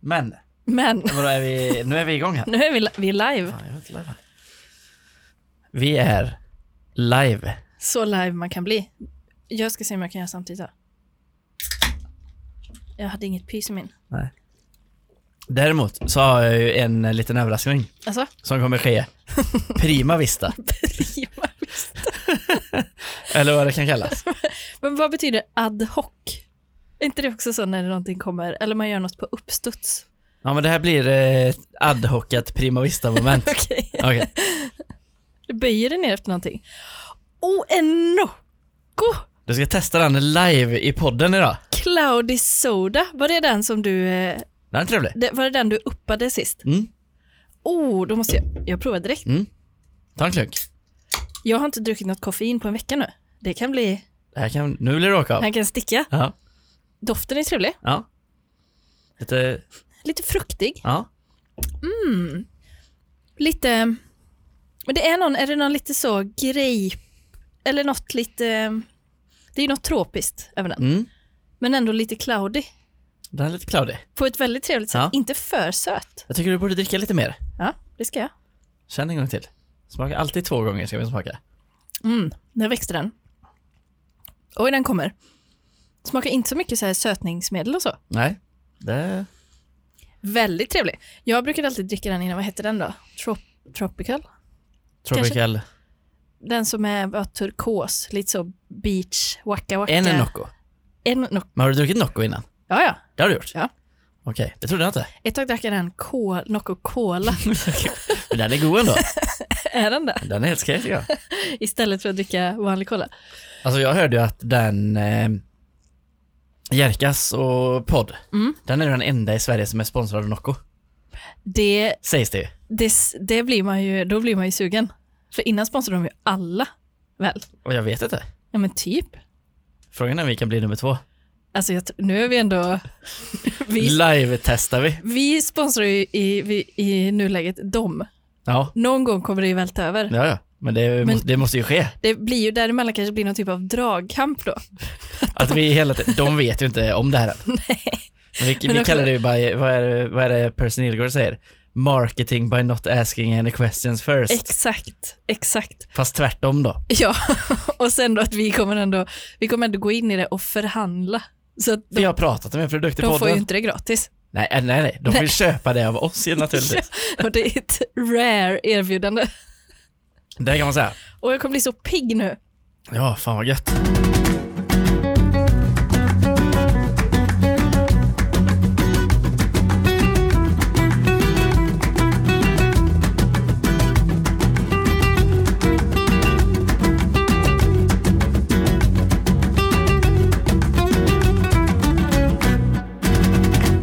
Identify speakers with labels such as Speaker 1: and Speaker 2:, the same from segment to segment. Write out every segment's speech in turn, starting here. Speaker 1: Men,
Speaker 2: Men
Speaker 1: vadå, är vi, nu är vi igång här.
Speaker 2: nu är vi, li- vi är live.
Speaker 1: Fan, jag är inte live här. Vi är live.
Speaker 2: Så live man kan bli. Jag ska se om jag kan göra samtidigt. Då. Jag hade inget pys i min.
Speaker 1: Nej. Däremot så har jag ju en eh, liten överraskning
Speaker 2: Alltså,
Speaker 1: som kommer ske prima vista,
Speaker 2: prima vista.
Speaker 1: eller vad det kan kallas.
Speaker 2: Men vad betyder ad hoc? Är inte det också så när någonting kommer, eller man gör något på uppstuds?
Speaker 1: Ja men det här blir eh, ad hocat prima vista moment.
Speaker 2: Okej.
Speaker 1: Okej,
Speaker 2: Du böjer dig ner efter någonting. Oh, en Nocco!
Speaker 1: du ska testa den live i podden idag.
Speaker 2: Cloudy Soda, var det den som du, eh,
Speaker 1: Den är trevlig.
Speaker 2: det, var det den du uppade sist?
Speaker 1: Mm.
Speaker 2: Oh, då måste jag, jag provar direkt.
Speaker 1: Ta en klunk.
Speaker 2: Jag har inte druckit något koffein på en vecka nu. Det kan bli,
Speaker 1: Det här kan, nu blir det åka av.
Speaker 2: han kan sticka.
Speaker 1: Ja.
Speaker 2: Doften är trevlig,
Speaker 1: ja. Lite,
Speaker 2: lite fruktig,
Speaker 1: ja.
Speaker 2: lite, men det är någon, är det någon lite så grape, eller något lite, det är ju något tropiskt över den,
Speaker 1: Mm.
Speaker 2: men ändå lite cloudy.
Speaker 1: Den är lite cloudy.
Speaker 2: På ett väldigt trevligt sätt,
Speaker 1: Ja.
Speaker 2: inte för söt.
Speaker 1: Jag tycker du borde dricka lite mer.
Speaker 2: Ja, det ska jag.
Speaker 1: Känn en gång till. Smaka alltid två gånger ska vi smaka.
Speaker 2: Mm, där växte den. Oj, den kommer. Smakar inte så mycket så här sötningsmedel och så.
Speaker 1: Nej. Det...
Speaker 2: Väldigt trevlig. Jag brukade alltid dricka den innan, vad hette den då? Trop- tropical?
Speaker 1: Tropical.
Speaker 2: Den som är bara turkos, lite så beach, wacka wacka.
Speaker 1: En är Nocco.
Speaker 2: En nock.
Speaker 1: Men har du druckit Nocco innan?
Speaker 2: Ja, ja.
Speaker 1: Det har du gjort?
Speaker 2: Ja.
Speaker 1: Okej, det trodde jag inte.
Speaker 2: Ett tag drack jag den kol, Nocco Cola.
Speaker 1: Men den är god ändå.
Speaker 2: är den där?
Speaker 1: Den är helt skräck tycker jag.
Speaker 2: Istället för att dricka vanlig cola.
Speaker 1: Alltså jag hörde ju att den eh, Jerkas och podd,
Speaker 2: Mm.
Speaker 1: den är den enda i Sverige som är sponsrad av Nocco.
Speaker 2: Det,
Speaker 1: Sägs det ju.
Speaker 2: det, det blir man ju, då blir man ju sugen. För innan sponsrade de ju alla, väl?
Speaker 1: Och jag vet inte.
Speaker 2: Ja men typ.
Speaker 1: Frågan är om vi kan bli nummer två.
Speaker 2: Alltså jag, tr- nu är vi ändå... vi,
Speaker 1: Live-testar vi.
Speaker 2: vi sponsrar ju i, vi, i nuläget dem.
Speaker 1: Ja,
Speaker 2: Någon gång kommer det ju välta över.
Speaker 1: ja, ja. Men, det, Måste, det måste ju ske.
Speaker 2: Det blir ju däremellan kanske blir någon typ av dragkamp då.
Speaker 1: Att vi hela tiden, de vet ju inte om det här än. Men Vi,
Speaker 2: Men
Speaker 1: vi
Speaker 2: också-
Speaker 1: kallar det ju by, vad är det, vad är det Percy Nilgård säger? Marketing by not asking any questions first.
Speaker 2: Exakt, exakt.
Speaker 1: Fast tvärtom då.
Speaker 2: Ja, och sen då att vi kommer ändå, vi kommer ändå gå in i det och förhandla. Så att
Speaker 1: Vi
Speaker 2: de,
Speaker 1: har pratat om en produkt i
Speaker 2: de får ju
Speaker 1: podden.
Speaker 2: inte det gratis.
Speaker 1: Nej, äh, nej, nej. De får ju köpa det av oss ju naturligtvis.
Speaker 2: och det är ett rare erbjudande.
Speaker 1: Det kan man säga.
Speaker 2: Och jag kommer bli så pigg nu.
Speaker 1: Ja, fan vad gött.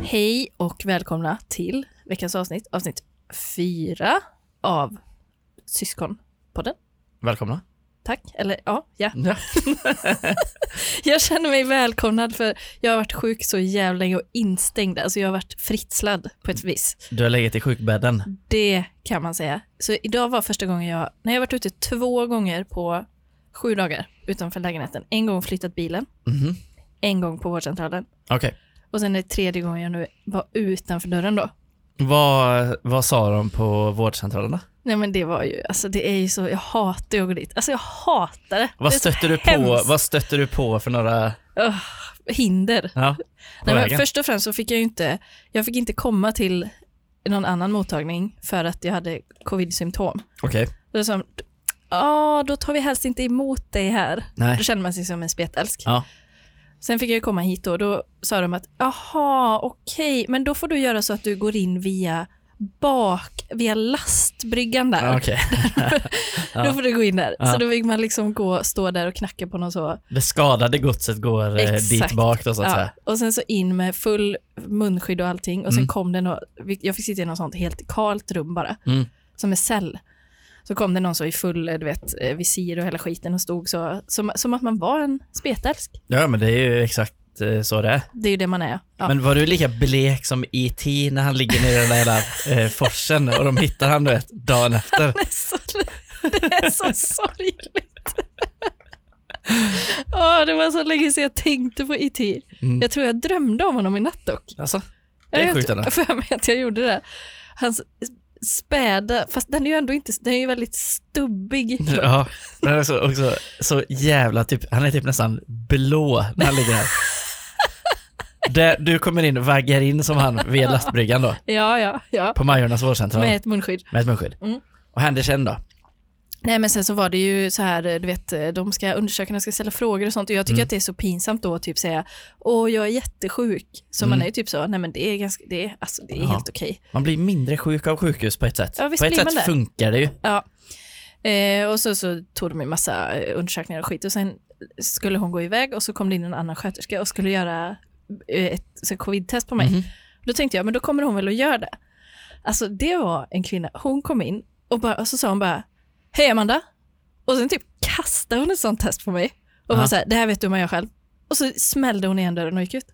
Speaker 2: Hej och välkomna till veckans avsnitt, avsnitt fyra av Syskonpodden.
Speaker 1: Välkomna.
Speaker 2: Tack, eller ja, ja.
Speaker 1: Ja.
Speaker 2: Jag känner mig välkomnad för jag har varit sjuk så jävla länge och instängd. Alltså jag har varit fritslad på ett vis.
Speaker 1: Du har legat i sjukbädden.
Speaker 2: Det kan man säga. Så idag var första gången jag, när jag varit ute två gånger på sju dagar utanför lägenheten. En gång flyttat bilen,
Speaker 1: Mhm.
Speaker 2: en gång på vårdcentralen
Speaker 1: Okej.
Speaker 2: och sen är det tredje gången jag nu var utanför dörren då.
Speaker 1: Vad, vad sa de på vårdcentralen då?
Speaker 2: Nej men det var ju, alltså det är ju så, jag hatar ju att gå dit. Alltså jag hatar det.
Speaker 1: Vad
Speaker 2: det är så
Speaker 1: stötte du på,
Speaker 2: hemskt.
Speaker 1: vad stötte du på för några,
Speaker 2: Ugh, hinder.
Speaker 1: ja, på
Speaker 2: Nej, men
Speaker 1: vägen?
Speaker 2: först och främst så fick jag ju inte, jag fick inte komma till någon annan mottagning för att jag hade covid-symptom.
Speaker 1: Okej.
Speaker 2: Då sa de, ja då tar vi helst inte emot dig här. Då
Speaker 1: Nej.
Speaker 2: kände man sig som en spetälsk.
Speaker 1: Ja.
Speaker 2: Sen fick jag ju komma hit och då sa de att jaha, okej, men då får du göra så att du går in via bak, via lastbryggan där.
Speaker 1: Ja, Okej. ja.
Speaker 2: Då får du gå in där.
Speaker 1: Ja.
Speaker 2: Så då fick man liksom gå, stå där och knacka på någon så.
Speaker 1: Det skadade godset går eh,
Speaker 2: Exakt.
Speaker 1: dit bak då så att
Speaker 2: Ja.
Speaker 1: säga.
Speaker 2: Och sen så in med full munskydd och allting. Och sen
Speaker 1: Mm.
Speaker 2: kom det någon, jag fick sitta i något sånt helt kalt rum bara,
Speaker 1: Mm.
Speaker 2: som en cell. Så kom det någon så i full eh, du vet, eh, visir och hela skiten och stod så, som, som att man var en spetälsk.
Speaker 1: Ja men det är ju exakt eh, så det är.
Speaker 2: Det är ju det man är. Ja.
Speaker 1: Men var du lika blek som E.T. när han ligger nere i den där jävla, eh, forsen och de hittar han du vet, dagen efter?
Speaker 2: Det är så, det är så sorgligt. Åh, det var så länge sedan jag tänkte på E IT.
Speaker 1: Mm.
Speaker 2: Jag tror jag drömde om honom i natt dock.
Speaker 1: Alltså, Mm. Det är
Speaker 2: Jag
Speaker 1: sjukt ändå.
Speaker 2: vet- för mig att jag gjorde det. Hans späda, fast den är ju ändå inte, den är ju väldigt stubbig.
Speaker 1: Ja, men också, också så jävla typ, han är typ nästan blå när han ligger här. Där, du kommer in, vaggar in som han vid lastbryggan då,
Speaker 2: Ja, ja, ja.
Speaker 1: på Majornas vårdcentral
Speaker 2: Med
Speaker 1: med,
Speaker 2: ett munskydd.
Speaker 1: ett munskydd.
Speaker 2: Mm.
Speaker 1: Och händer sen då?
Speaker 2: Nej men sen så var det ju så här, du vet, de ska, undersökarna ska ställa frågor och sånt och jag
Speaker 1: Mm.
Speaker 2: tycker att det är så pinsamt då att typ säga åh jag är jättesjuk. Så man
Speaker 1: Mm.
Speaker 2: är ju typ så, nej men det är ganska, det är, alltså, det är
Speaker 1: Ja.
Speaker 2: helt okej.
Speaker 1: Man blir mindre sjuk av sjukhus på ett sätt.
Speaker 2: Ja, visst
Speaker 1: på ett
Speaker 2: blir
Speaker 1: sätt
Speaker 2: man det.
Speaker 1: funkar det ju.
Speaker 2: Eh, och så, så tog de en massa eh, undersökningar och skit och sen skulle hon gå iväg och så kom det in en annan sköterska och skulle göra eh, ett så här, covid-test på mig.
Speaker 1: Mhm.
Speaker 2: Då tänkte jag, men då kommer hon väl att göra det. Alltså det var en kvinna, hon kom in och, bara, och så sa hon bara, hej Amanda. Och sen typ kastade hon ett sånt test på mig. Och
Speaker 1: Ja.
Speaker 2: var så här, det här vet du man gör själv. Och så smällde hon igen dörren och gick ut.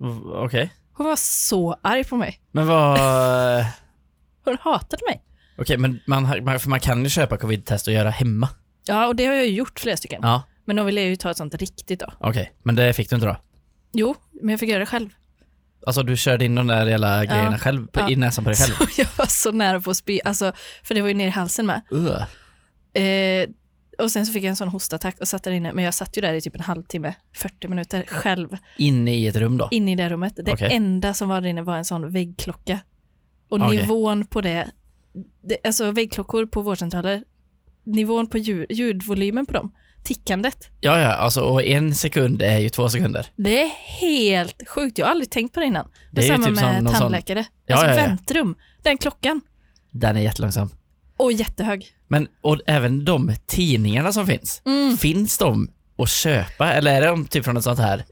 Speaker 1: V- Okej.
Speaker 2: Hon var så arg på mig.
Speaker 1: Men vad... Okej,
Speaker 2: Hon hatade mig.
Speaker 1: men man, har- man, för man kan ju köpa covid-test och göra hemma.
Speaker 2: Ja, och det har jag ju gjort flera stycken.
Speaker 1: Ja,
Speaker 2: Men de ville ju ta ett sånt riktigt då.
Speaker 1: okej. Men det fick du inte då?
Speaker 2: Jo, men jag fick göra det själv.
Speaker 1: Alltså du körde in de där jävla grejerna själv, på,
Speaker 2: Ja.
Speaker 1: i näsan på dig själv?
Speaker 2: Så jag var så nära på att spy, alltså, för det var ju ner i halsen med.
Speaker 1: Ugh.
Speaker 2: Eh, och sen så fick jag en sån hostattack och satt där inne, men jag satt ju där i typ en halvtimme, 40 minuter själv,
Speaker 1: Inne i ett rum då?
Speaker 2: inne i det rummet. Det
Speaker 1: Okej.
Speaker 2: enda som var där inne var en sån väggklocka. Och
Speaker 1: Okej.
Speaker 2: nivån på det, det, alltså väggklockor på vårdcentraler, nivån på ljud, ljudvolymen på dem, tickandet,
Speaker 1: Ja, ja, alltså och en sekund är ju två sekunder.
Speaker 2: det är helt sjukt. Jag har aldrig tänkt på det innan.
Speaker 1: Det
Speaker 2: Det,
Speaker 1: är
Speaker 2: är
Speaker 1: ju
Speaker 2: samma
Speaker 1: typ som
Speaker 2: med
Speaker 1: någon sån-
Speaker 2: tandläkare.
Speaker 1: Ja,
Speaker 2: alltså
Speaker 1: ja, ja.
Speaker 2: väntrum, den klockan.
Speaker 1: Den är jättelångsam.
Speaker 2: Och jättehög.
Speaker 1: Men och även de tidningarna som finns,
Speaker 2: Mm.
Speaker 1: finns de att köpa eller är de typ från ett sånt här...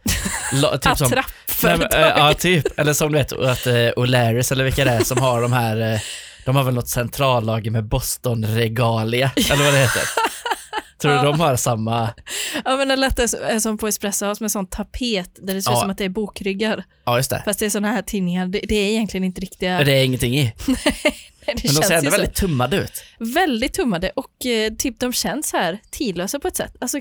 Speaker 1: la- typ som, Nej, men,
Speaker 2: Attrappföretag.
Speaker 1: eh, ja, typ. Eller som du vet, att eh, O'Larrys eller vilka det är som har de här, eh, de har väl något centrallager med Boston-regalia, eller vad det heter. Tror du de har samma?
Speaker 2: Ja men det lät det är som på Espresso House med sån tapet där det ser ut
Speaker 1: Ja.
Speaker 2: som att det är bokryggar.
Speaker 1: Ja, just det.
Speaker 2: Fast det är såna här tidningar, det, det är egentligen inte riktiga...
Speaker 1: Det är ingenting i.
Speaker 2: Nej, det
Speaker 1: Men de ser
Speaker 2: känns ju
Speaker 1: ändå
Speaker 2: så.
Speaker 1: väldigt tummade ut.
Speaker 2: väldigt tummade och eh, typ de känns så här tidlösa på ett sätt. Alltså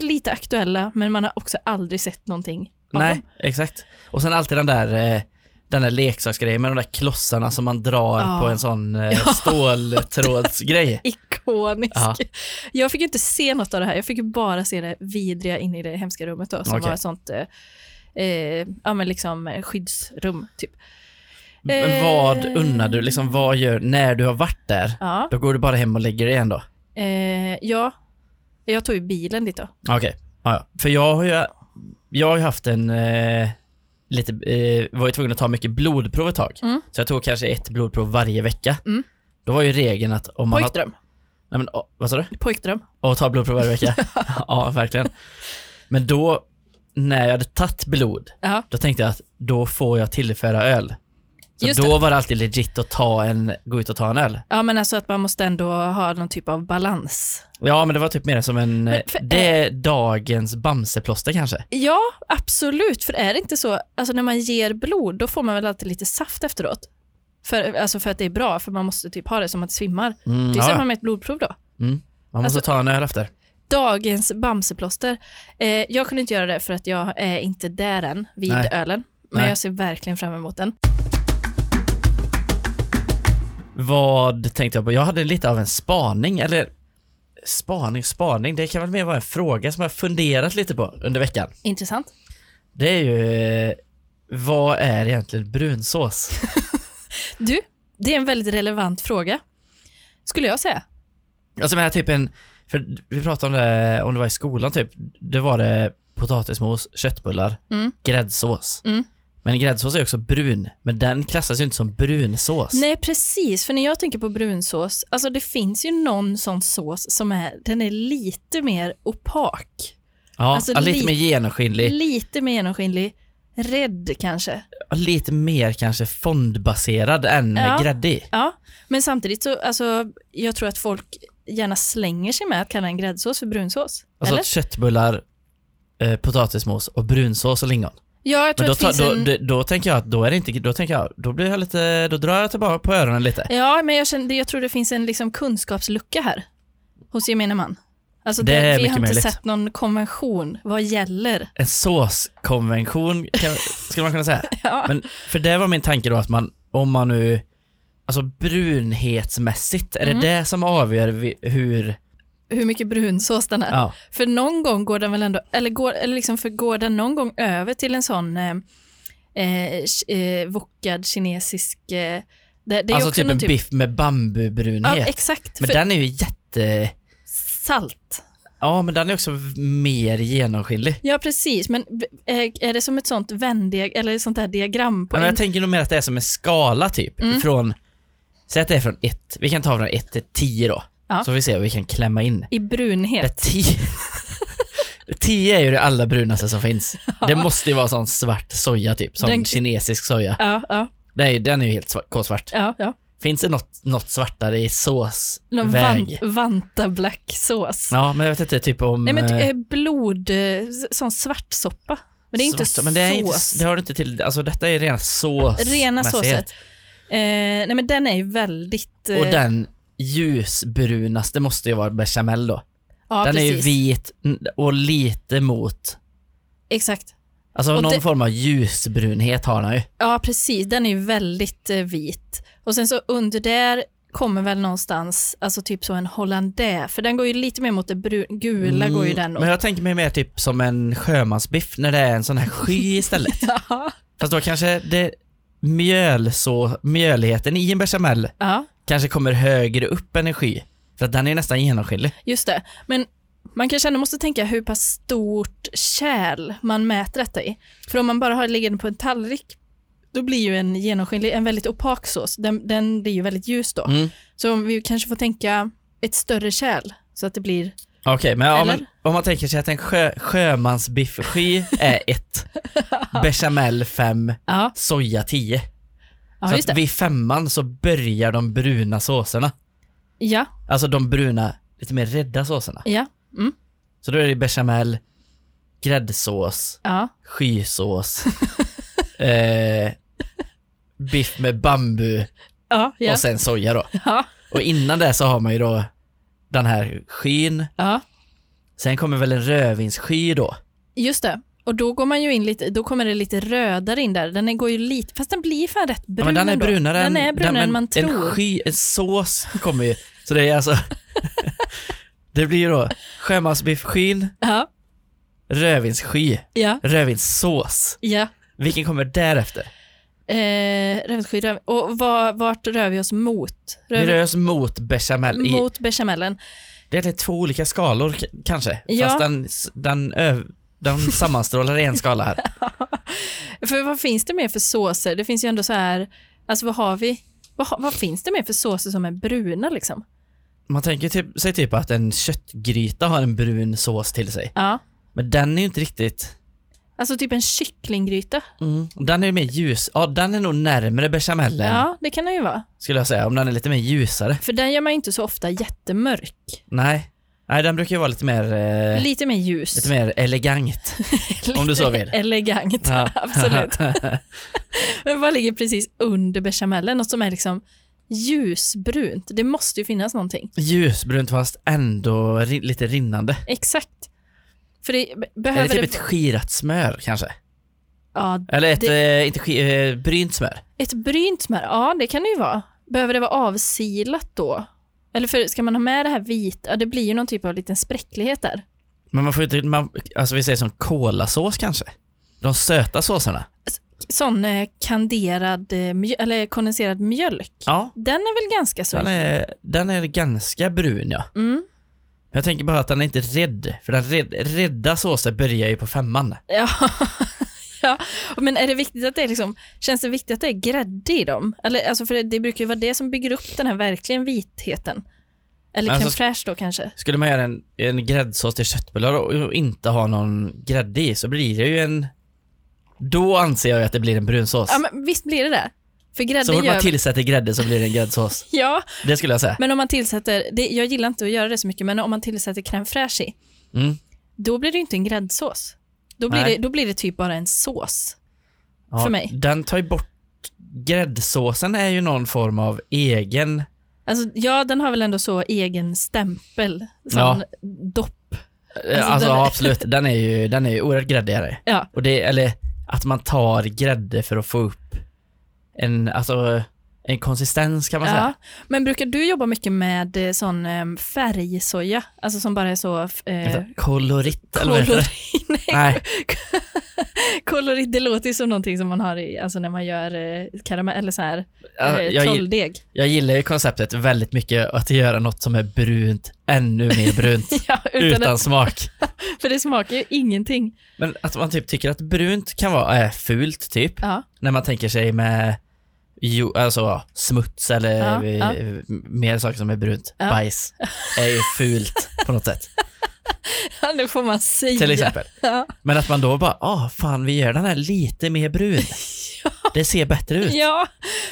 Speaker 2: lite aktuella men man har också aldrig sett någonting av
Speaker 1: Nej,
Speaker 2: dem.
Speaker 1: exakt. Och sen alltid den där, eh, den där leksaksgrejen med de där klossarna som man drar
Speaker 2: Ja.
Speaker 1: på en sån eh, ståltrådsgrej.
Speaker 2: Ikonisk.
Speaker 1: Ja.
Speaker 2: Jag fick ju inte se något av det här, jag fick ju bara se det vidriga inne i det hemska rummet då, som
Speaker 1: Okej.
Speaker 2: var ett sånt eh, eh, ja, men liksom eh, skyddsrum typ.
Speaker 1: Men
Speaker 2: Eh.
Speaker 1: vad unnar du? Liksom, vad gör, när du har varit där,
Speaker 2: Ja,
Speaker 1: då går du bara hem och lägger dig igen då?
Speaker 2: eh, ja. jag tog ju bilen dit då.
Speaker 1: Okej, ja, ja. för jag har ju, jag har ju haft en, eh, lite, eh, var ju tvungen att ta mycket blodprov ett tag.
Speaker 2: Mm.
Speaker 1: Så jag tog kanske ett blodprov varje vecka.
Speaker 2: Mm.
Speaker 1: Då var ju regeln att om man har...
Speaker 2: Pojkdröm.
Speaker 1: Nej, men, oh, vad sa du?
Speaker 2: Pojkdröm.
Speaker 1: Och ta blodprov varje vecka? ja, verkligen. Men då, när jag hade tagit blod,
Speaker 2: Ja.
Speaker 1: då tänkte jag att då får jag tillföra öl. Så
Speaker 2: Just
Speaker 1: då var det alltid legit att ta en, gå ut och ta en öl.
Speaker 2: ja, men alltså att man måste ändå ha någon typ av balans.
Speaker 1: Ja, men det var typ mer som en...
Speaker 2: Men för-
Speaker 1: det är dagens Bamseplåster kanske.
Speaker 2: Ja, absolut. För är det inte så, alltså när man ger blod, då får man väl alltid lite saft efteråt. För, alltså för att det är bra, för man måste typ ha det som att svimmar.
Speaker 1: Mm,
Speaker 2: Det alltså- är
Speaker 1: ja, ja.
Speaker 2: samma med ett blodprov då.
Speaker 1: Man måste ta en öl efter.
Speaker 2: Dagens Bamseplåster. Eh, jag kunde inte göra det för att jag är inte där än vid
Speaker 1: Nej.
Speaker 2: ölen. Men
Speaker 1: Nej.
Speaker 2: jag ser verkligen fram emot den.
Speaker 1: Vad tänkte jag på? Jag hade lite av en spaning, eller spaning, spaning, det kan väl mer vara en fråga som jag funderat lite på under veckan.
Speaker 2: Intressant.
Speaker 1: Det är ju, eh, vad är egentligen brunsås?
Speaker 2: Du, det är en väldigt relevant fråga. Skulle jag säga.
Speaker 1: Alltså men här typ en, för vi pratade om det, om det var i skolan typ, det var det potatismos, köttbullar,
Speaker 2: Mm.
Speaker 1: gräddsås.
Speaker 2: Mm.
Speaker 1: Men gräddsås är också brun, men den klassas ju inte som brunsås.
Speaker 2: Nej, precis. För när jag tänker på brunsås, alltså det finns ju någon sån sås som är, den är lite mer opak.
Speaker 1: ja,
Speaker 2: alltså
Speaker 1: ja, lite
Speaker 2: li-
Speaker 1: mer genomskinlig,
Speaker 2: Lite mer genomskinlig. Rädd kanske.
Speaker 1: ja, lite mer kanske fondbaserad än
Speaker 2: Ja.
Speaker 1: gräddig.
Speaker 2: Ja, men samtidigt så, alltså, jag tror att folk gärna slänger sig med att kalla en gräddsås för brunsås.
Speaker 1: Alltså
Speaker 2: eller?
Speaker 1: köttbullar, eh, potatismos och brunsås och lingon.
Speaker 2: Ja, jag tror
Speaker 1: Men då,
Speaker 2: att det
Speaker 1: ta,
Speaker 2: finns
Speaker 1: då,
Speaker 2: en...
Speaker 1: då, då tänker jag att då är det inte, då tänker jag, då blir jag lite, då drar jag tillbaka på öronen lite.
Speaker 2: Ja, men jag, känner, jag tror det finns en liksom kunskapslucka här hos gemene man. Alltså
Speaker 1: Det
Speaker 2: det,
Speaker 1: är
Speaker 2: vi
Speaker 1: mycket
Speaker 2: har inte
Speaker 1: möjligt.
Speaker 2: sett någon konvention vad gäller.
Speaker 1: En såskonvention kan, skulle man kunna säga.
Speaker 2: Ja.
Speaker 1: Men för det var min tanke då att man, om man nu, alltså brunhetsmässigt, är det
Speaker 2: Mm.
Speaker 1: det som avgör vi, hur,
Speaker 2: Hur mycket brunsås den är.
Speaker 1: ja,
Speaker 2: För någon gång går den väl ändå, eller, går, eller liksom för går den någon gång över till en sån eh, eh, ki- eh, wokad kinesisk... Eh, det, det är
Speaker 1: alltså
Speaker 2: också
Speaker 1: typ
Speaker 2: någon
Speaker 1: en biff med
Speaker 2: Ja,
Speaker 1: bambubrunhet.
Speaker 2: exakt.
Speaker 1: men
Speaker 2: för
Speaker 1: den är ju jätte,
Speaker 2: Salt.
Speaker 1: ja men den är också mer genomskinlig.
Speaker 2: Ja, precis. Men eh, är det som ett sånt vändiag eller sånt här diagram på
Speaker 1: Men
Speaker 2: en...
Speaker 1: jag tänker nog mer att det är som en skala typ,
Speaker 2: Mm.
Speaker 1: från, säg att det är från ett, vi kan ta från ett till tio då,
Speaker 2: Ja.
Speaker 1: så får vi se vad vi kan klämma in.
Speaker 2: i
Speaker 1: Det
Speaker 2: brunhet?
Speaker 1: är tio, tio är ju det allra brunaste som finns. Det måste ju vara sån svart soja typ, som
Speaker 2: Den-
Speaker 1: kinesisk soja.
Speaker 2: Ja, ja,
Speaker 1: Det är, ju- den är ju helt svart, kolsvart.
Speaker 2: ja. ja.
Speaker 1: Finns det något, något svartare i såsväg?
Speaker 2: Någon van, vanta black sås.
Speaker 1: Ja, men jag vet inte, typ om...
Speaker 2: Nej, men
Speaker 1: eh,
Speaker 2: eh, blod, eh, sån svartsoppa. Men det är inte
Speaker 1: svart- men det är inte,
Speaker 2: sås.
Speaker 1: det har du inte till, alltså detta är rena sås
Speaker 2: Rena såset. Eh, nej men den är ju väldigt... eh,
Speaker 1: Och den ljusbrunaste måste ju vara bechamel då.
Speaker 2: ja,
Speaker 1: den
Speaker 2: precis.
Speaker 1: är ju vit n- och lite mot,
Speaker 2: Exakt.
Speaker 1: alltså
Speaker 2: Och
Speaker 1: någon
Speaker 2: det-
Speaker 1: form av ljusbrunhet har den ju.
Speaker 2: Ja precis, den är ju väldigt eh, vit. Och sen så under där kommer väl någonstans, alltså typ så en hollandaise, för den går ju lite mer mot det bru- gula går ju
Speaker 1: Mm,
Speaker 2: den åt.
Speaker 1: Men jag tänker mig mer typ som en sjömansbiff när det är en sån här sky istället.
Speaker 2: Ja.
Speaker 1: Fast då kanske det mjöl så, mjöligheten i en bechamel
Speaker 2: ja,
Speaker 1: kanske kommer högre upp än en sky. För att den är nästan genomskinlig.
Speaker 2: just det. Men man kanske ändå måste tänka hur pass stort kärl man mäter detta i. För om man bara har det liggande på en tallrik, då blir ju en genomskinlig, en väldigt opak sås, den, den blir ju väldigt ljus då.
Speaker 1: Mm.
Speaker 2: Så om vi kanske får tänka ett större kärl så att det blir...
Speaker 1: Okej, men, ja,
Speaker 2: Eller?
Speaker 1: men om man tänker sig att en sjö, sjömansbiffsky är ett, bechamel fem,
Speaker 2: Ja,
Speaker 1: soja tio.
Speaker 2: ja
Speaker 1: så
Speaker 2: just
Speaker 1: att
Speaker 2: det.
Speaker 1: vid femman så börjar de bruna såserna.
Speaker 2: Ja,
Speaker 1: Alltså de bruna, lite mer rädda såserna.
Speaker 2: ja,
Speaker 1: Så då är det bechamel, gräddsås,
Speaker 2: ja.
Speaker 1: skysås, eh, biff med bambu
Speaker 2: Ja, ja.
Speaker 1: och sen soja då.
Speaker 2: ja,
Speaker 1: Och innan det så har man ju då den här skyn,
Speaker 2: ja.
Speaker 1: sen kommer väl en rödvinssky då.
Speaker 2: Just det. Och då går man ju in lite, då kommer det lite rödare in där. Den är- går ju lite, fast den blir fan rätt brun
Speaker 1: Ja, men den är
Speaker 2: ändå.
Speaker 1: brunare,
Speaker 2: den
Speaker 1: än-
Speaker 2: är brunare
Speaker 1: men
Speaker 2: än man tror.
Speaker 1: En, sky, en sås kommer ju, så det är alltså, det blir ju då sjömansbiffskyn,
Speaker 2: Ja,
Speaker 1: rödvinssky,
Speaker 2: ja,
Speaker 1: rödvinssås.
Speaker 2: ja.
Speaker 1: Vilken kommer därefter?
Speaker 2: Eh, rödvinssky, röv... Och var, vart rör vi oss mot?
Speaker 1: Vi
Speaker 2: Rör vi
Speaker 1: rör oss mot bechamel. I,
Speaker 2: mot bechamelen.
Speaker 1: det är två olika skalor k- kanske,
Speaker 2: Ja.
Speaker 1: fast den, den, öv, den sammanstrålar i en skala här.
Speaker 2: För vad finns det mer för såser? Det finns ju ändå så här, alltså vad har vi? Vad, har- vad finns det mer för såser som är bruna liksom?
Speaker 1: Man tänker typ, sig typ att en köttgryta har en brun sås till sig,
Speaker 2: Ja,
Speaker 1: men den är ju inte riktigt
Speaker 2: alltså typ en kycklinggryta.
Speaker 1: Den är ju mer ljus, ja den är nog närmare bechamelen
Speaker 2: Mm. Ja, det kan det ju vara.
Speaker 1: skulle jag säga, om den är lite mer ljusare.
Speaker 2: För den gör man ju inte så ofta jättemörk.
Speaker 1: Nej, Nej den brukar ju vara lite mer, eh,
Speaker 2: Lite mer ljus.
Speaker 1: lite mer elegant. om du så vill.
Speaker 2: Lite Elegant,
Speaker 1: Ja.
Speaker 2: absolut. Men vad ligger precis under bechamelen? Något som är liksom ljusbrunt. Det måste ju finnas någonting.
Speaker 1: Ljusbrunt fast ändå ri- lite rinnande.
Speaker 2: Exakt. För det be-
Speaker 1: Är det
Speaker 2: behöver
Speaker 1: typ
Speaker 2: det...
Speaker 1: ett skirat smör kanske?
Speaker 2: ja,
Speaker 1: Eller ett,
Speaker 2: Det-
Speaker 1: eh, inte ski, eh, brynt smör?
Speaker 2: ett brynt smör, ja det kan det ju vara. Behöver det vara avsilat då? Eller för, ska man ha med det här vita? Ja, det blir ju någon typ av liten bräcklighet där.
Speaker 1: Men man får ju inte, man, alltså vi säger som kolasås kanske? De söta såserna?
Speaker 2: Sån eh, kanderad, eh, mjö- eller kondenserad mjölk.
Speaker 1: Ja,
Speaker 2: Den är väl ganska så...
Speaker 1: den är, den är ganska brun ja.
Speaker 2: Mm.
Speaker 1: Jag tänker bara att den är inte rädd, för den rädd, rädda såser börjar ju på femman.
Speaker 2: Ja. ja. Men är det viktigt att det är liksom, känns det viktigt att det är grädde i dem? Eller, alltså för det, det brukar ju vara det som bygger upp den här verkligen vitheten. Eller
Speaker 1: Alltså-
Speaker 2: crème fraîche då kanske?
Speaker 1: Skulle man göra en, en gräddsås till köttbullar och och inte ha någon grädde i så blir det ju en... Då anser jag ju att det blir en brunsås.
Speaker 2: Ja, men visst blir det det? För grädde
Speaker 1: så fort man
Speaker 2: gör...
Speaker 1: tillsätter grädde så blir det en gräddsås.
Speaker 2: Ja,
Speaker 1: Det skulle jag säga.
Speaker 2: men om man tillsätter, det, jag gillar inte att göra det så mycket, men om man tillsätter crème fraîche i,
Speaker 1: Mm.
Speaker 2: då blir det ju inte en gräddsås. Då blir,
Speaker 1: Nej.
Speaker 2: det, då blir det typ bara en sås.
Speaker 1: Ja,
Speaker 2: För mig.
Speaker 1: Den tar ju bort... Gräddsåsen är ju någon form av egen
Speaker 2: Alltså, ja, den har väl ändå så egen stämpel. Sån dopp.
Speaker 1: Alltså, alltså
Speaker 2: den-
Speaker 1: ja, absolut, den är ju, den är ju oerhört gräddigare.
Speaker 2: Ja.
Speaker 1: Och det, eller att man tar grädde för att få upp en, alltså, en konsistens kan man säga.
Speaker 2: Ja. Men brukar du jobba mycket med eh, sån eh, färgsoja? Alltså som bara är så... f- Eh,
Speaker 1: Vänta, Alltså, Kolorit, eller vad heter det?
Speaker 2: kolor- Nej,
Speaker 1: Nej,
Speaker 2: Kolorit, det låter ju som någonting som man har i, alltså när man gör eh, karamell eller så här,
Speaker 1: alltså,
Speaker 2: eh,
Speaker 1: jag, gi-
Speaker 2: trolldeg.
Speaker 1: jag gillar ju konceptet väldigt mycket, att göra något som är brunt, ännu mer brunt,
Speaker 2: Ja, utan
Speaker 1: utan
Speaker 2: Att,
Speaker 1: smak.
Speaker 2: för det smakar ju ingenting.
Speaker 1: Men att man typ tycker att brunt kan vara äh, fult, typ,
Speaker 2: Ja,
Speaker 1: när man tänker sig med jo, alltså, smuts eller
Speaker 2: Ja,
Speaker 1: eh,
Speaker 2: ja.
Speaker 1: m- mer saker som är brunt.
Speaker 2: Ja.
Speaker 1: Bajs är ju fult på något sätt,
Speaker 2: det får man säga.
Speaker 1: till exempel.
Speaker 2: Ja.
Speaker 1: Men att man då bara, ah fan vi gör den här lite mer brun. Det ser bättre ut.
Speaker 2: Ja,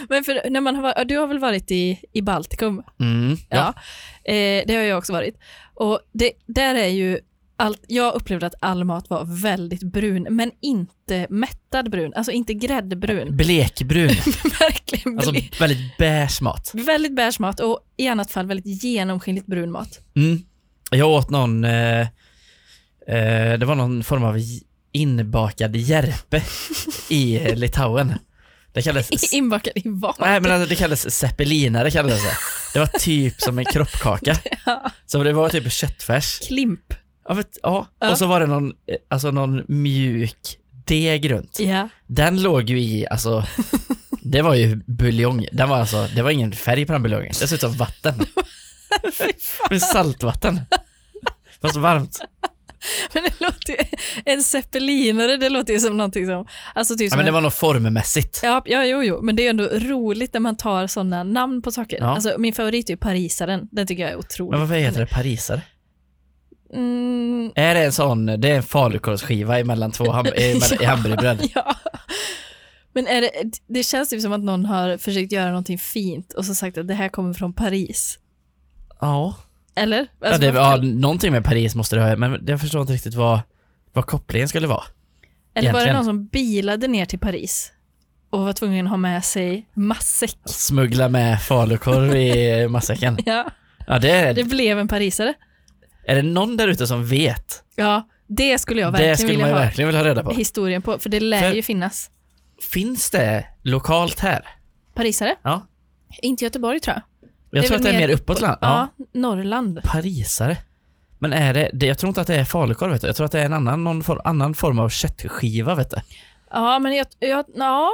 Speaker 2: men för när man har, varit- du har väl varit i, i Baltikum?
Speaker 1: Mm, ja.
Speaker 2: Ja. Eh, det har jag också varit. Och det, där är ju allt, jag upplevde att all mat var väldigt brun, men inte mättad brun, alltså inte gräddbrun.
Speaker 1: Blekbrun,
Speaker 2: Verkligen
Speaker 1: alltså
Speaker 2: blek.
Speaker 1: väldigt beige mat.
Speaker 2: Väldigt beige mat och i annat fall väldigt genomskinligt brun mat.
Speaker 1: Mm. Jag åt någon, eh, eh, det var någon form av j- inbakad järpe i eh, Litauen. Det kallades
Speaker 2: I- Inbakad i vad?
Speaker 1: Nej men alltså, det kallades zeppelinare kallades det. Det var typ som en kroppkaka. Så det var typ köttfärs.
Speaker 2: Klimp.
Speaker 1: Ja, men, ja.
Speaker 2: Ja.
Speaker 1: Och så var det någon, eh, alltså, någon mjuk deg runt.
Speaker 2: Ja.
Speaker 1: Den låg ju i, alltså, det var ju buljong. Den var alltså, det var ingen färg på den buljongen. Det såg ut som vatten. Med saltvatten. Fast varmt.
Speaker 2: Men det låter ju, en zeppelinare, det låter ju som någonting som... Alltså typ
Speaker 1: Ja,
Speaker 2: som
Speaker 1: men det
Speaker 2: en-
Speaker 1: var nog formmässigt.
Speaker 2: Ja, ja, jo, jo, men det är ändå roligt när man tar sådana namn på saker.
Speaker 1: Ja.
Speaker 2: Alltså, min favorit är ju parisaren, den tycker jag är otrolig.
Speaker 1: Men varför heter det parisare?
Speaker 2: Mm,
Speaker 1: Är det en sån, det är en falukorvsskiva emellan två ham- eh, mellan- i hamburgerbröd.
Speaker 2: ja. Men är det, det känns typ som att någon har försökt göra någonting fint och så sagt att det här kommer från Paris.
Speaker 1: Ja.
Speaker 2: Eller?
Speaker 1: Ja,
Speaker 2: Alltså,
Speaker 1: det, ja,
Speaker 2: varför-
Speaker 1: någonting med Paris måste det ha, men jag förstår inte riktigt vad, vad kopplingen skulle vara.
Speaker 2: eller var det
Speaker 1: egentligen.
Speaker 2: någon som bilade ner till Paris och var tvungen att ha med sig matsäck?
Speaker 1: Smuggla med falukorv i matsäcken.
Speaker 2: Ja,
Speaker 1: Ja, det är,
Speaker 2: det blev en parisare.
Speaker 1: är det någon där ute som vet?
Speaker 2: Ja, det skulle
Speaker 1: det
Speaker 2: jag verkligen
Speaker 1: skulle
Speaker 2: vilja
Speaker 1: man ju
Speaker 2: ha
Speaker 1: verkligen vilja ha reda på.
Speaker 2: historien på, för det lär
Speaker 1: För-
Speaker 2: ju finnas.
Speaker 1: Finns det lokalt här?
Speaker 2: Parisare?
Speaker 1: Ja.
Speaker 2: Inte Göteborg tror jag.
Speaker 1: Jag
Speaker 2: är
Speaker 1: tror
Speaker 2: väl
Speaker 1: att det är
Speaker 2: mer
Speaker 1: mer uppåt land. Ja.
Speaker 2: Ja, Norrland.
Speaker 1: Parisare. Men är det, det, jag tror inte att det är falukorv, vet du. jag tror att det är en annan, någon form, annan form av köttskiva. Vet du.
Speaker 2: Ja, men jag, jag, ja,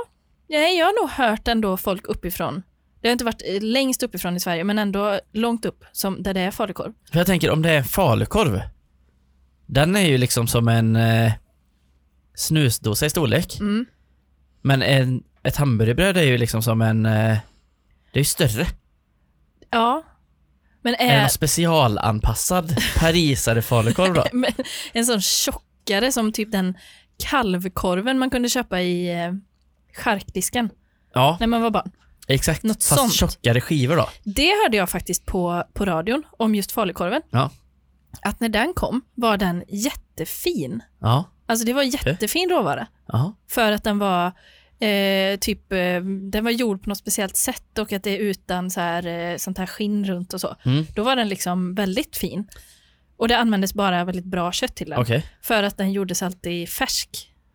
Speaker 2: nej, jag har nog hört ändå folk uppifrån. Det har inte varit eh, längst uppifrån i Sverige, men ändå långt upp som, där det är falukorv.
Speaker 1: För jag tänker om det är en falukorv, den är ju liksom som en eh, snusdosa i storlek.
Speaker 2: Mm.
Speaker 1: Men en, ett hamburgerbröd är ju liksom som en... eh, Det är ju större.
Speaker 2: Ja, men
Speaker 1: Är det
Speaker 2: är,
Speaker 1: någon specialanpassad parisare falukorv då?
Speaker 2: men, en sån tjockare som typ den kalvkorven man kunde köpa i eh, charkdisken
Speaker 1: Ja,
Speaker 2: när man var barn.
Speaker 1: exakt.
Speaker 2: något
Speaker 1: Fast
Speaker 2: sånt.
Speaker 1: tjockare skivor då.
Speaker 2: Det hörde jag faktiskt på, på radion om just falukorven.
Speaker 1: Ja.
Speaker 2: Att när den kom var den jättefin.
Speaker 1: Ja,
Speaker 2: Alltså det var jättefin råvara.
Speaker 1: ja.
Speaker 2: För att den var eh, typ, eh, den var gjord på något speciellt sätt och att det är utan så här, eh, sånt här skinn runt och så.
Speaker 1: Mm.
Speaker 2: Då var den liksom väldigt fin. Och det användes bara väldigt bra kött till den.
Speaker 1: okej.
Speaker 2: För att den gjordes alltid färsk.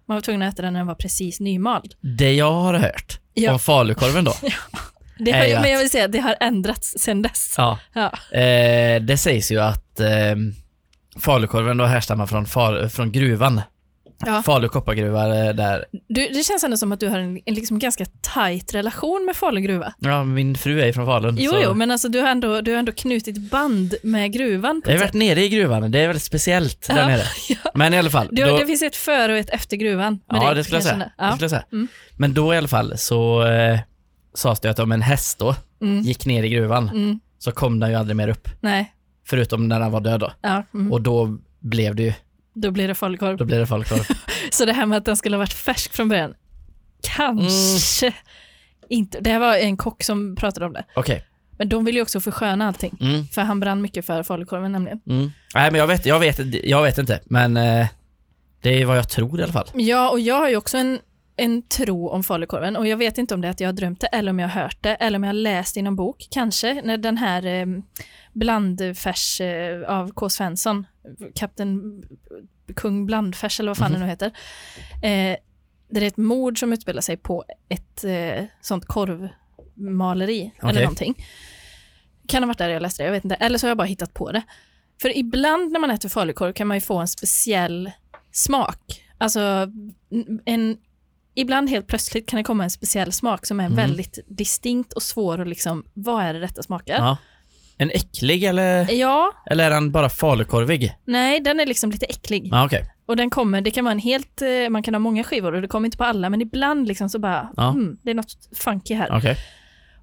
Speaker 2: Man var tvungen att äta den när den var precis nymald.
Speaker 1: Det jag har hört
Speaker 2: Ja.
Speaker 1: om falukorven då,
Speaker 2: Det har,
Speaker 1: Är ju
Speaker 2: ju-
Speaker 1: att-
Speaker 2: men jag vill säga att det har ändrats sedan dess.
Speaker 1: ja,
Speaker 2: Ja.
Speaker 1: eh, det sägs ju att eh, falukorven då härstammar från, fal, från gruvan.
Speaker 2: Ja.
Speaker 1: Falu koppargruva eh, där.
Speaker 2: Du, det känns ändå som att du har en, en liksom ganska tajt relation med Falungruva.
Speaker 1: Ja, min fru är ju från Falun.
Speaker 2: Jo,
Speaker 1: Mm, så-
Speaker 2: jo, men alltså, du, har ändå, du har ändå knutit band med gruvan. På
Speaker 1: Jag har
Speaker 2: ett
Speaker 1: varit
Speaker 2: sätt.
Speaker 1: nere i gruvan, det är väldigt speciellt
Speaker 2: Ja,
Speaker 1: där nere. Men i alla fall.
Speaker 2: Du,
Speaker 1: då-
Speaker 2: Det finns ett före och ett efter gruvan. med
Speaker 1: Ja,
Speaker 2: dig,
Speaker 1: det skulle jag
Speaker 2: kan
Speaker 1: säga.
Speaker 2: känna.
Speaker 1: Det skulle jag säga.
Speaker 2: Mm.
Speaker 1: Men då i alla fall så eh, sades det att om en häst då
Speaker 2: Ja. Mm.
Speaker 1: gick ner i gruvan
Speaker 2: Mm.
Speaker 1: så kom den ju aldrig mer upp.
Speaker 2: Nej,
Speaker 1: Förutom när den var död då.
Speaker 2: ja, mm.
Speaker 1: Och då blev det ju,
Speaker 2: då blir det falukorv.
Speaker 1: då blev det falukorv.
Speaker 2: Så det här med att den skulle ha varit färsk från början, kanske inte. Det här var en kock som pratade om det.
Speaker 1: Okej.
Speaker 2: Men de vill ju också försköna allting.
Speaker 1: Mm,
Speaker 2: För han brann mycket för falukorven nämligen.
Speaker 1: mm. Nej men jag vet, jag vet, jag vet inte. Men eh, det är vad jag tror i alla fall.
Speaker 2: Ja, och jag har ju också en en tro om falukorven och jag vet inte om det är att jag har drömt det eller om jag har hört det eller om jag har läst i någon bok kanske när den här eh, blandfärs eh, av K. Svensson, kapten kung blandfärs eller vad fan
Speaker 1: Mhm.
Speaker 2: det nu heter. Eh, där det är ett mord som utspelar sig på ett eh, sånt korvmaleri eller
Speaker 1: Okej.
Speaker 2: någonting. Kan ha varit där jag läste det, jag vet inte. Eller så har jag bara hittat på det. För ibland när man äter falukorv kan man ju få en speciell smak. Alltså, n- en, ibland helt plötsligt kan det komma en speciell smak som är
Speaker 1: Mm.
Speaker 2: väldigt distinkt och svår att liksom, vad är det detta smakar?
Speaker 1: Ja. En äcklig eller,
Speaker 2: Ja,
Speaker 1: eller är han bara falukorvig?
Speaker 2: nej, den är liksom lite äcklig.
Speaker 1: Ja, okej.
Speaker 2: Och den kommer, det kan vara en helt, eh, man kan ha många skivor och det kommer inte på alla, men ibland liksom så bara,
Speaker 1: Ja.
Speaker 2: mm, det är något funky här.
Speaker 1: Okej.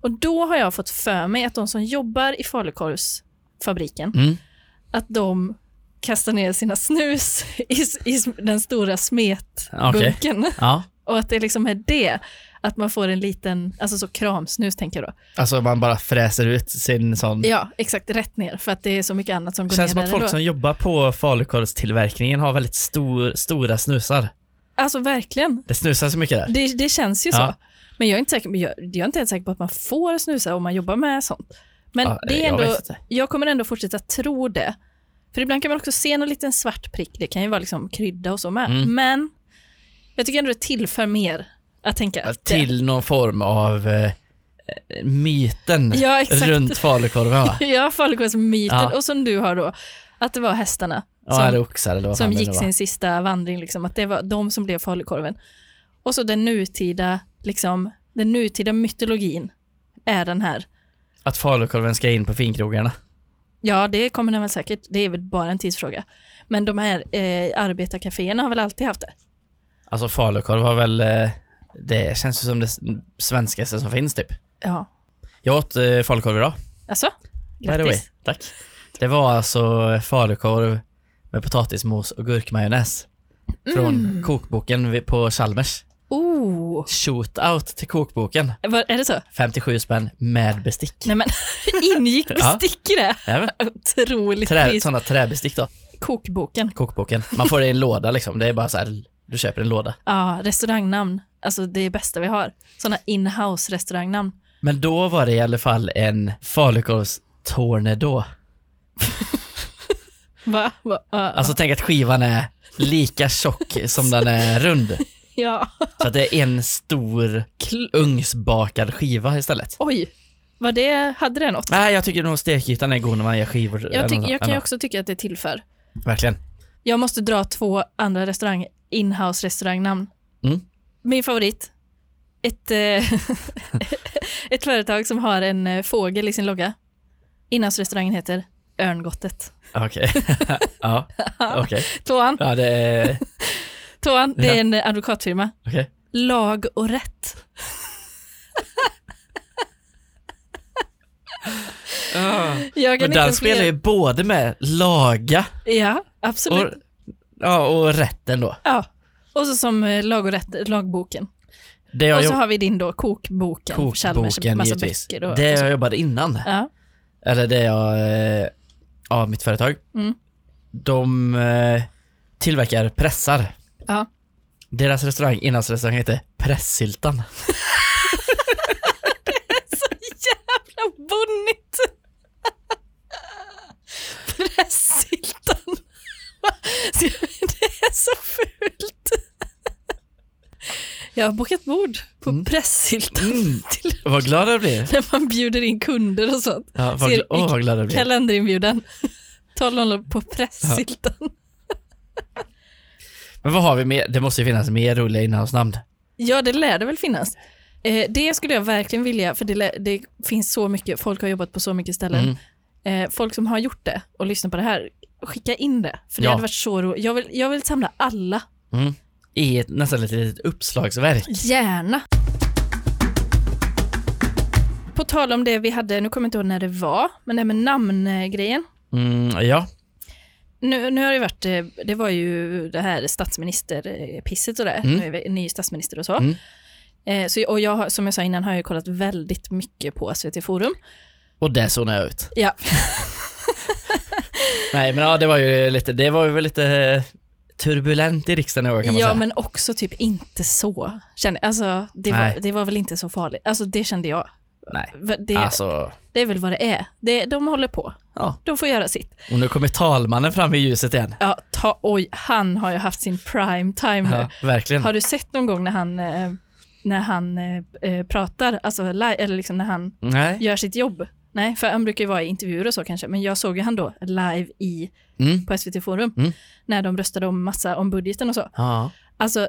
Speaker 2: Och då har jag fått för mig att de som jobbar i falukorvsfabriken,
Speaker 1: Mm.
Speaker 2: att de kastar ner sina snus i, s- i s- den stora
Speaker 1: Okej.
Speaker 2: smetbunken.
Speaker 1: Ja.
Speaker 2: Och att det liksom är det, att man får en liten, alltså så kramsnus tänker jag då.
Speaker 1: Alltså man bara fräser ut sin sån.
Speaker 2: Ja, exakt, rätt ner, för att det är så mycket annat som går
Speaker 1: Känns som
Speaker 2: ner
Speaker 1: att
Speaker 2: där
Speaker 1: folk
Speaker 2: ändå.
Speaker 1: som jobbar på falukorvstillverkningen har väldigt stor, stora snusar.
Speaker 2: Alltså verkligen,
Speaker 1: Det snusar så mycket där.
Speaker 2: det, det känns ju
Speaker 1: Ja.
Speaker 2: så. Men jag är, inte säker, men jag, jag är inte ens säker på att man får snusa om man jobbar med sånt. Men
Speaker 1: Ja,
Speaker 2: det är
Speaker 1: jag
Speaker 2: ändå,
Speaker 1: vet
Speaker 2: jag,
Speaker 1: inte.
Speaker 2: kommer ändå fortsätta tro det. För ibland kan man också se någon liten svart prick, det kan ju vara liksom krydda och så med.
Speaker 1: Mm.
Speaker 2: Men jag tycker ändå det tillför mer att tänka.
Speaker 1: Ja,
Speaker 2: att det-
Speaker 1: Till någon form av eh, myten
Speaker 2: Ja, exakt.
Speaker 1: runt falukorven va?
Speaker 2: Ja, falukorvsmyten.
Speaker 1: Ja.
Speaker 2: Och som du har då, att det var hästarna
Speaker 1: Ja, eller oxar eller vad
Speaker 2: som
Speaker 1: fan det nu
Speaker 2: gick
Speaker 1: var.
Speaker 2: sin sista vandring, liksom, att det var de som blev falukorven. Och så den nutida, liksom, den nutida mytologin är den här.
Speaker 1: Att falukorven ska in på finkrogarna.
Speaker 2: Ja, det kommer den väl säkert. Det är väl bara en tidsfråga. Men de här eh, arbetarkaféerna har väl alltid haft det?
Speaker 1: Alltså falukorv var väl, eh, det känns ju som det s- svenskaste som finns typ.
Speaker 2: Ja.
Speaker 1: Jag åt eh, falukorv idag.
Speaker 2: Alltså,
Speaker 1: By the way.
Speaker 2: grattis.
Speaker 1: Tack. Det var alltså falukorv med potatismos och gurkmajonnäs. Från kokboken vid- på Chalmers.
Speaker 2: Oh,
Speaker 1: Shootout till kokboken.
Speaker 2: var, är det så?
Speaker 1: 57 spänn med bestick.
Speaker 2: Nej men, ingick
Speaker 1: Ja.
Speaker 2: bestick i det?
Speaker 1: Även.
Speaker 2: Otroligt
Speaker 1: Trä,
Speaker 2: pris.
Speaker 1: sådana träbestick då.
Speaker 2: Kokboken.
Speaker 1: Kokboken. Man får det i en låda liksom. Det är bara så här, du köper en låda.
Speaker 2: Ja, restaurangnamn. Alltså det är bästa vi har. Sådana in-house restaurangnamn.
Speaker 1: Men då var det i alla fall en falukorvstornedå.
Speaker 2: Va? Va? Va?
Speaker 1: Alltså tänk att skivan är lika tjock som den är rund.
Speaker 2: Ja.
Speaker 1: Så att det är en stor ugnsbakad skiva istället.
Speaker 2: Oj, var det, hade det något?
Speaker 1: Nej, jag tycker nog stekytan är god när man gör skivor.
Speaker 2: Jag, tyck,
Speaker 1: Ändå.
Speaker 2: jag kan ju också tycka att det tillför.
Speaker 1: Verkligen.
Speaker 2: Jag måste dra två andra restaurang, in-house restaurangnamn.
Speaker 1: Mm.
Speaker 2: Min favorit, ett, eh, ett företag som har en eh, fågel i sin logga. In-house-restaurangen heter Örngottet.
Speaker 1: Okej. ja, okej.
Speaker 2: Tvåan,
Speaker 1: Ja, det är...
Speaker 2: tvåan det är
Speaker 1: Ja.
Speaker 2: en eh, advokatfirma.
Speaker 1: Okej.
Speaker 2: Lag och rätt. Ah. Jag kan
Speaker 1: Men den
Speaker 2: inte fler-
Speaker 1: spelar ju både med laga
Speaker 2: Ja, absolut.
Speaker 1: och, ja, och rätten då.
Speaker 2: Ja. Och så som eh, lag och rätt, lagboken.
Speaker 1: Det jag
Speaker 2: och så
Speaker 1: jobb-
Speaker 2: har vi din då, kokboken. Chalmers,
Speaker 1: kokboken
Speaker 2: massa
Speaker 1: givetvis.
Speaker 2: böcker och,
Speaker 1: Det
Speaker 2: och så.
Speaker 1: jag jobbade innan,
Speaker 2: Ja.
Speaker 1: eller det jag... eh, Ja, mitt företag.
Speaker 2: Mm.
Speaker 1: De eh, tillverkar pressar.
Speaker 2: Ja.
Speaker 1: Deras restaurang, inlandsrestaurang, heter Pressyltan.
Speaker 2: Jävla bonnigt! Pressyltan. Det är så fult. Jag har bokat bord på
Speaker 1: Mm.
Speaker 2: pressyltan
Speaker 1: Mm.
Speaker 2: till
Speaker 1: Vad glad jag blir.
Speaker 2: när man bjuder in kunder och sånt.
Speaker 1: Ja, vad,
Speaker 2: Ser-
Speaker 1: gl- åh, vad glad jag blir.
Speaker 2: Kalenderinbjudan. 12.00 på pressyltan.
Speaker 1: Men vad har vi mer? Det måste ju finnas mer roliga innehavsnamn.
Speaker 2: Ja, det lär det väl finnas. Eh, det skulle jag verkligen vilja, för det, lär, det finns så mycket, folk har jobbat på så mycket ställen.
Speaker 1: Mm.
Speaker 2: Eh, folk som har gjort det och lyssnar på det här, skicka in det. För det
Speaker 1: Ja.
Speaker 2: hade varit så roligt. Jag vill, jag vill samla alla.
Speaker 1: Mm. I ett nästan ett litet uppslagsverk.
Speaker 2: Gärna. På tal om det vi hade, nu kommer jag inte ihåg när det var, men det här med namngrejen.
Speaker 1: Mm, ja.
Speaker 2: Nu, nu har det varit, eh, det var ju det här statsministerpisset och det,
Speaker 1: Mm.
Speaker 2: nu är vi ny statsminister och så.
Speaker 1: Mm.
Speaker 2: Eh, så och jag, har- som jag sa innan har jag ju kollat väldigt mycket på SVT Forum.
Speaker 1: Och där zonade jag ut.
Speaker 2: Ja.
Speaker 1: Nej men ja, det var ju lite, det var ju väl lite eh, turbulent i riksdagen i år kan man
Speaker 2: Ja,
Speaker 1: säga.
Speaker 2: men också typ inte så. Kände, alltså, det,
Speaker 1: Nej.
Speaker 2: var, det var väl inte så farligt. Alltså, det kände jag.
Speaker 1: Nej.
Speaker 2: Va- Det,
Speaker 1: Alltså,
Speaker 2: det är väl vad det är. Det, de håller på.
Speaker 1: ja.
Speaker 2: De får göra sitt.
Speaker 1: Och nu kommer talmannen fram i ljuset igen.
Speaker 2: Ja, ta, oj, han har ju haft sin prime time nu.
Speaker 1: Ja, verkligen.
Speaker 2: Har du sett någon gång när han, eh, när han eh, eh, pratar, alltså, li- eller liksom när han
Speaker 1: Nej.
Speaker 2: gör sitt jobb? Nej, för han brukar ju vara i intervjuer och så kanske, men jag såg ju han då live i,
Speaker 1: Mm.
Speaker 2: på SVT Forum
Speaker 1: Mm.
Speaker 2: när de röstade om massa om budgeten och så.
Speaker 1: Ja.
Speaker 2: Alltså,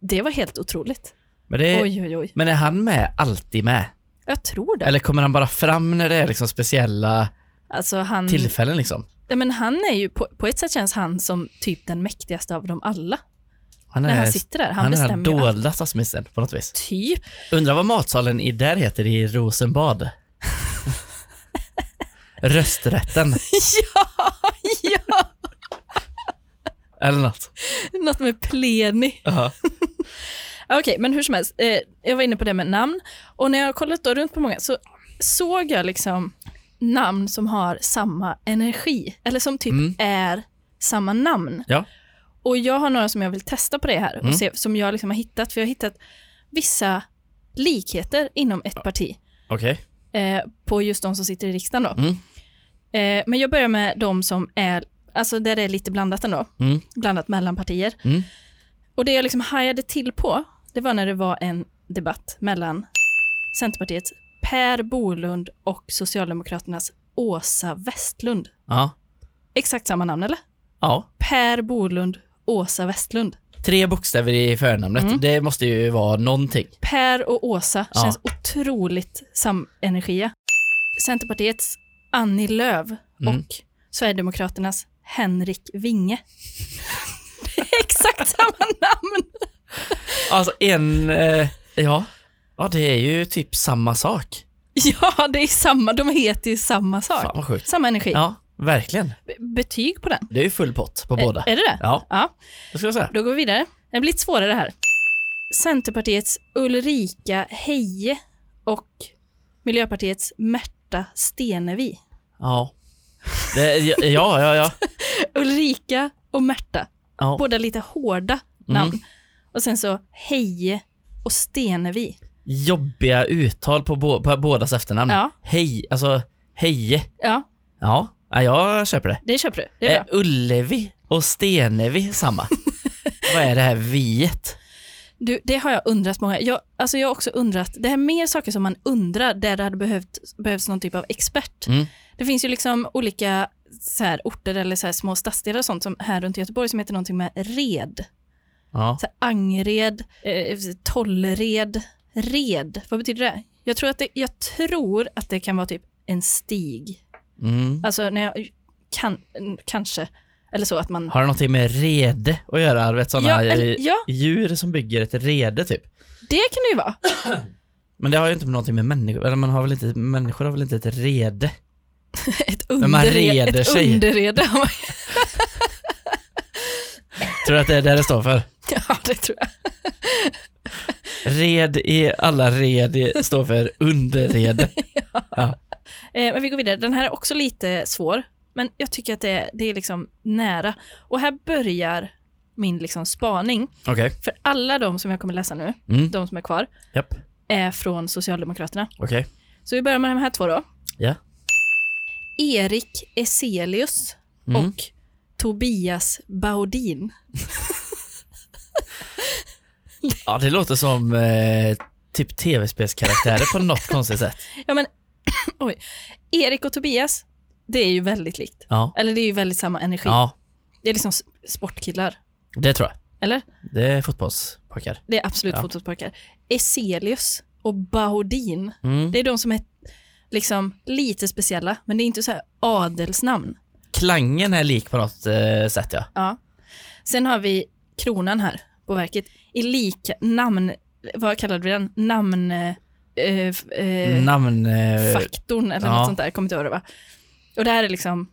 Speaker 2: det var helt otroligt.
Speaker 1: Men, det,
Speaker 2: Oj, oj, oj.
Speaker 1: men är han med alltid med?
Speaker 2: Jag tror det.
Speaker 1: Eller kommer han bara fram när det är liksom speciella
Speaker 2: Alltså han,
Speaker 1: tillfällen? Liksom?
Speaker 2: Nej, men han är ju, på, på ett sätt känns han som typ den mäktigaste av dem alla.
Speaker 1: Han
Speaker 2: när
Speaker 1: är,
Speaker 2: han sitter där. Han,
Speaker 1: han är den här
Speaker 2: bestämmer ju allt.
Speaker 1: dolda statsministern på något vis.
Speaker 2: Typ.
Speaker 1: Undrar vad matsalen i där heter i Rosenbad? Rösträtten
Speaker 2: ja, ja,
Speaker 1: eller något.
Speaker 2: något med pleni.
Speaker 1: Ja.
Speaker 2: Okej, men hur som helst. Eh, jag var inne på det med namn. Och när jag har kollat då runt på många så såg jag liksom namn som har samma energi. Eller som typ
Speaker 1: Mm.
Speaker 2: är samma namn.
Speaker 1: Ja.
Speaker 2: Och jag har några som jag vill testa på det här och
Speaker 1: Mm.
Speaker 2: se, som jag liksom har hittat. För jag har hittat vissa likheter inom ett parti.
Speaker 1: Okej.
Speaker 2: eh, på just de som sitter i riksdagen. Då.
Speaker 1: Mm.
Speaker 2: Eh, men jag börjar med de som är, alltså där det är lite blandat ändå,
Speaker 1: Mm.
Speaker 2: blandat mellan partier.
Speaker 1: Mm.
Speaker 2: Och det jag liksom hajade till på, det var när det var en debatt mellan Centerpartiets Per Bolund och Socialdemokraternas Åsa Westlund.
Speaker 1: Ja.
Speaker 2: Exakt samma namn eller?
Speaker 1: ja.
Speaker 2: Per Bolund, Åsa Westlund.
Speaker 1: Tre bokstäver i förnamnet.
Speaker 2: Mm.
Speaker 1: Det måste ju vara någonting.
Speaker 2: Per och Åsa
Speaker 1: Ja.
Speaker 2: känns otroligt samenergia. Centerpartiets Annie Lööf
Speaker 1: Mm.
Speaker 2: och Sverigedemokraternas Henrik Winge. Det är exakt samma namn.
Speaker 1: Alltså en... Eh, ja. ja, det är ju typ samma sak.
Speaker 2: Ja, det är samma. De heter ju samma sak.
Speaker 1: Fan vad sjukt.
Speaker 2: Samma energi.
Speaker 1: Ja, verkligen.
Speaker 2: B- betyg på den.
Speaker 1: Det är ju full pott på båda.
Speaker 2: Är, är det det?
Speaker 1: Ja,
Speaker 2: Ja,
Speaker 1: det skulle jag säga.
Speaker 2: då går vi vidare. Det blir lite svårare här. Centerpartiets Ulrika Heie och Miljöpartiets Märta Stenevi.
Speaker 1: Ja. Det, ja, ja, ja.
Speaker 2: Ulrika och Märta.
Speaker 1: ja.
Speaker 2: båda lite hårda
Speaker 1: Mm.
Speaker 2: namn. Och sen så Heje och Stenevi.
Speaker 1: Jobbiga uttal på, bå- på bådas efternamn.
Speaker 2: Ja.
Speaker 1: Hej, alltså heje.
Speaker 2: Ja,
Speaker 1: Ja, ja jag köper det.
Speaker 2: det köper du. Det är
Speaker 1: Eh,
Speaker 2: bra.
Speaker 1: Ullevi och Stenevi samma? Vad är det här viet?
Speaker 2: Du, det har jag undrat många. Jag, alltså jag har också undrat, det här är mer saker som man undrar där det hade behövt, behövts någon typ av expert.
Speaker 1: Mm.
Speaker 2: Det finns ju liksom olika så här, orter eller så här, små stadsdelar och sånt som här runt Göteborg som heter någonting med red.
Speaker 1: Ja.
Speaker 2: Så här, Angered, eh, Tollred, Red. Vad betyder det? Jag tror, att det? jag tror att det kan vara typ en stig
Speaker 1: Mm.
Speaker 2: Alltså när jag kan, kanske, eller så att man...
Speaker 1: Har det någonting med rede att göra? Du vet sådana
Speaker 2: ja, eller, ja,
Speaker 1: djur som bygger ett rede typ.
Speaker 2: det kan det ju vara.
Speaker 1: Men det har ju inte någonting med människor, eller man har väl inte, människor har väl inte ett rede?
Speaker 2: Ett
Speaker 1: Men man
Speaker 2: underre-
Speaker 1: reder
Speaker 2: ett
Speaker 1: sig.
Speaker 2: underrede.
Speaker 1: Tror du att det är det det står för?
Speaker 2: ja, det tror jag.
Speaker 1: Red i alla red i- står för underrede.
Speaker 2: Eh, men vi går vidare. Den här är också lite svår, men jag tycker att det är, det är liksom nära. Och här börjar min liksom spaning.
Speaker 1: Okej.
Speaker 2: För alla de som jag kommer läsa nu,
Speaker 1: Mm.
Speaker 2: de som är kvar,
Speaker 1: Japp.
Speaker 2: är från Socialdemokraterna.
Speaker 1: Okej.
Speaker 2: Så vi börjar med de här två då.
Speaker 1: Ja.
Speaker 2: Erik Eselius
Speaker 1: Mm.
Speaker 2: och Tobias Baudin.
Speaker 1: Ja, det låter som eh, typ tv-spelskaraktärer på något konstigt sätt.
Speaker 2: Ja, men, oj. Erik och Tobias, det är ju väldigt likt.
Speaker 1: Ja.
Speaker 2: Eller det är ju väldigt samma energi.
Speaker 1: ja,
Speaker 2: Det är liksom s- sportkillar,
Speaker 1: det tror jag.
Speaker 2: eller?
Speaker 1: Det är fotbollspojkar.
Speaker 2: Det är absolut
Speaker 1: Ja.
Speaker 2: fotbollspojkar. Eselius och Baudin,
Speaker 1: Mm.
Speaker 2: det är de som är liksom lite speciella, men det är inte så här adelsnamn.
Speaker 1: Klangen är lik på något eh, sätt ja.
Speaker 2: Ja. Sen har vi kronan här på verket. I lika namn, vad kallade vi den? Namn... Eh, f- eh,
Speaker 1: Namn... Eh,
Speaker 2: faktorn eller
Speaker 1: ja.
Speaker 2: något sånt där, kommer inte ihåg det va? Och det här är liksom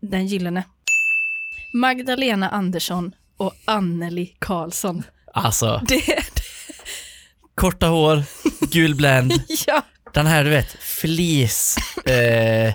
Speaker 2: den gyllene. Magdalena Andersson och Anneli Karlsson.
Speaker 1: alltså,
Speaker 2: Det, det,
Speaker 1: korta hår, gul blend.
Speaker 2: ja,
Speaker 1: Den här du vet, fleece... Eh,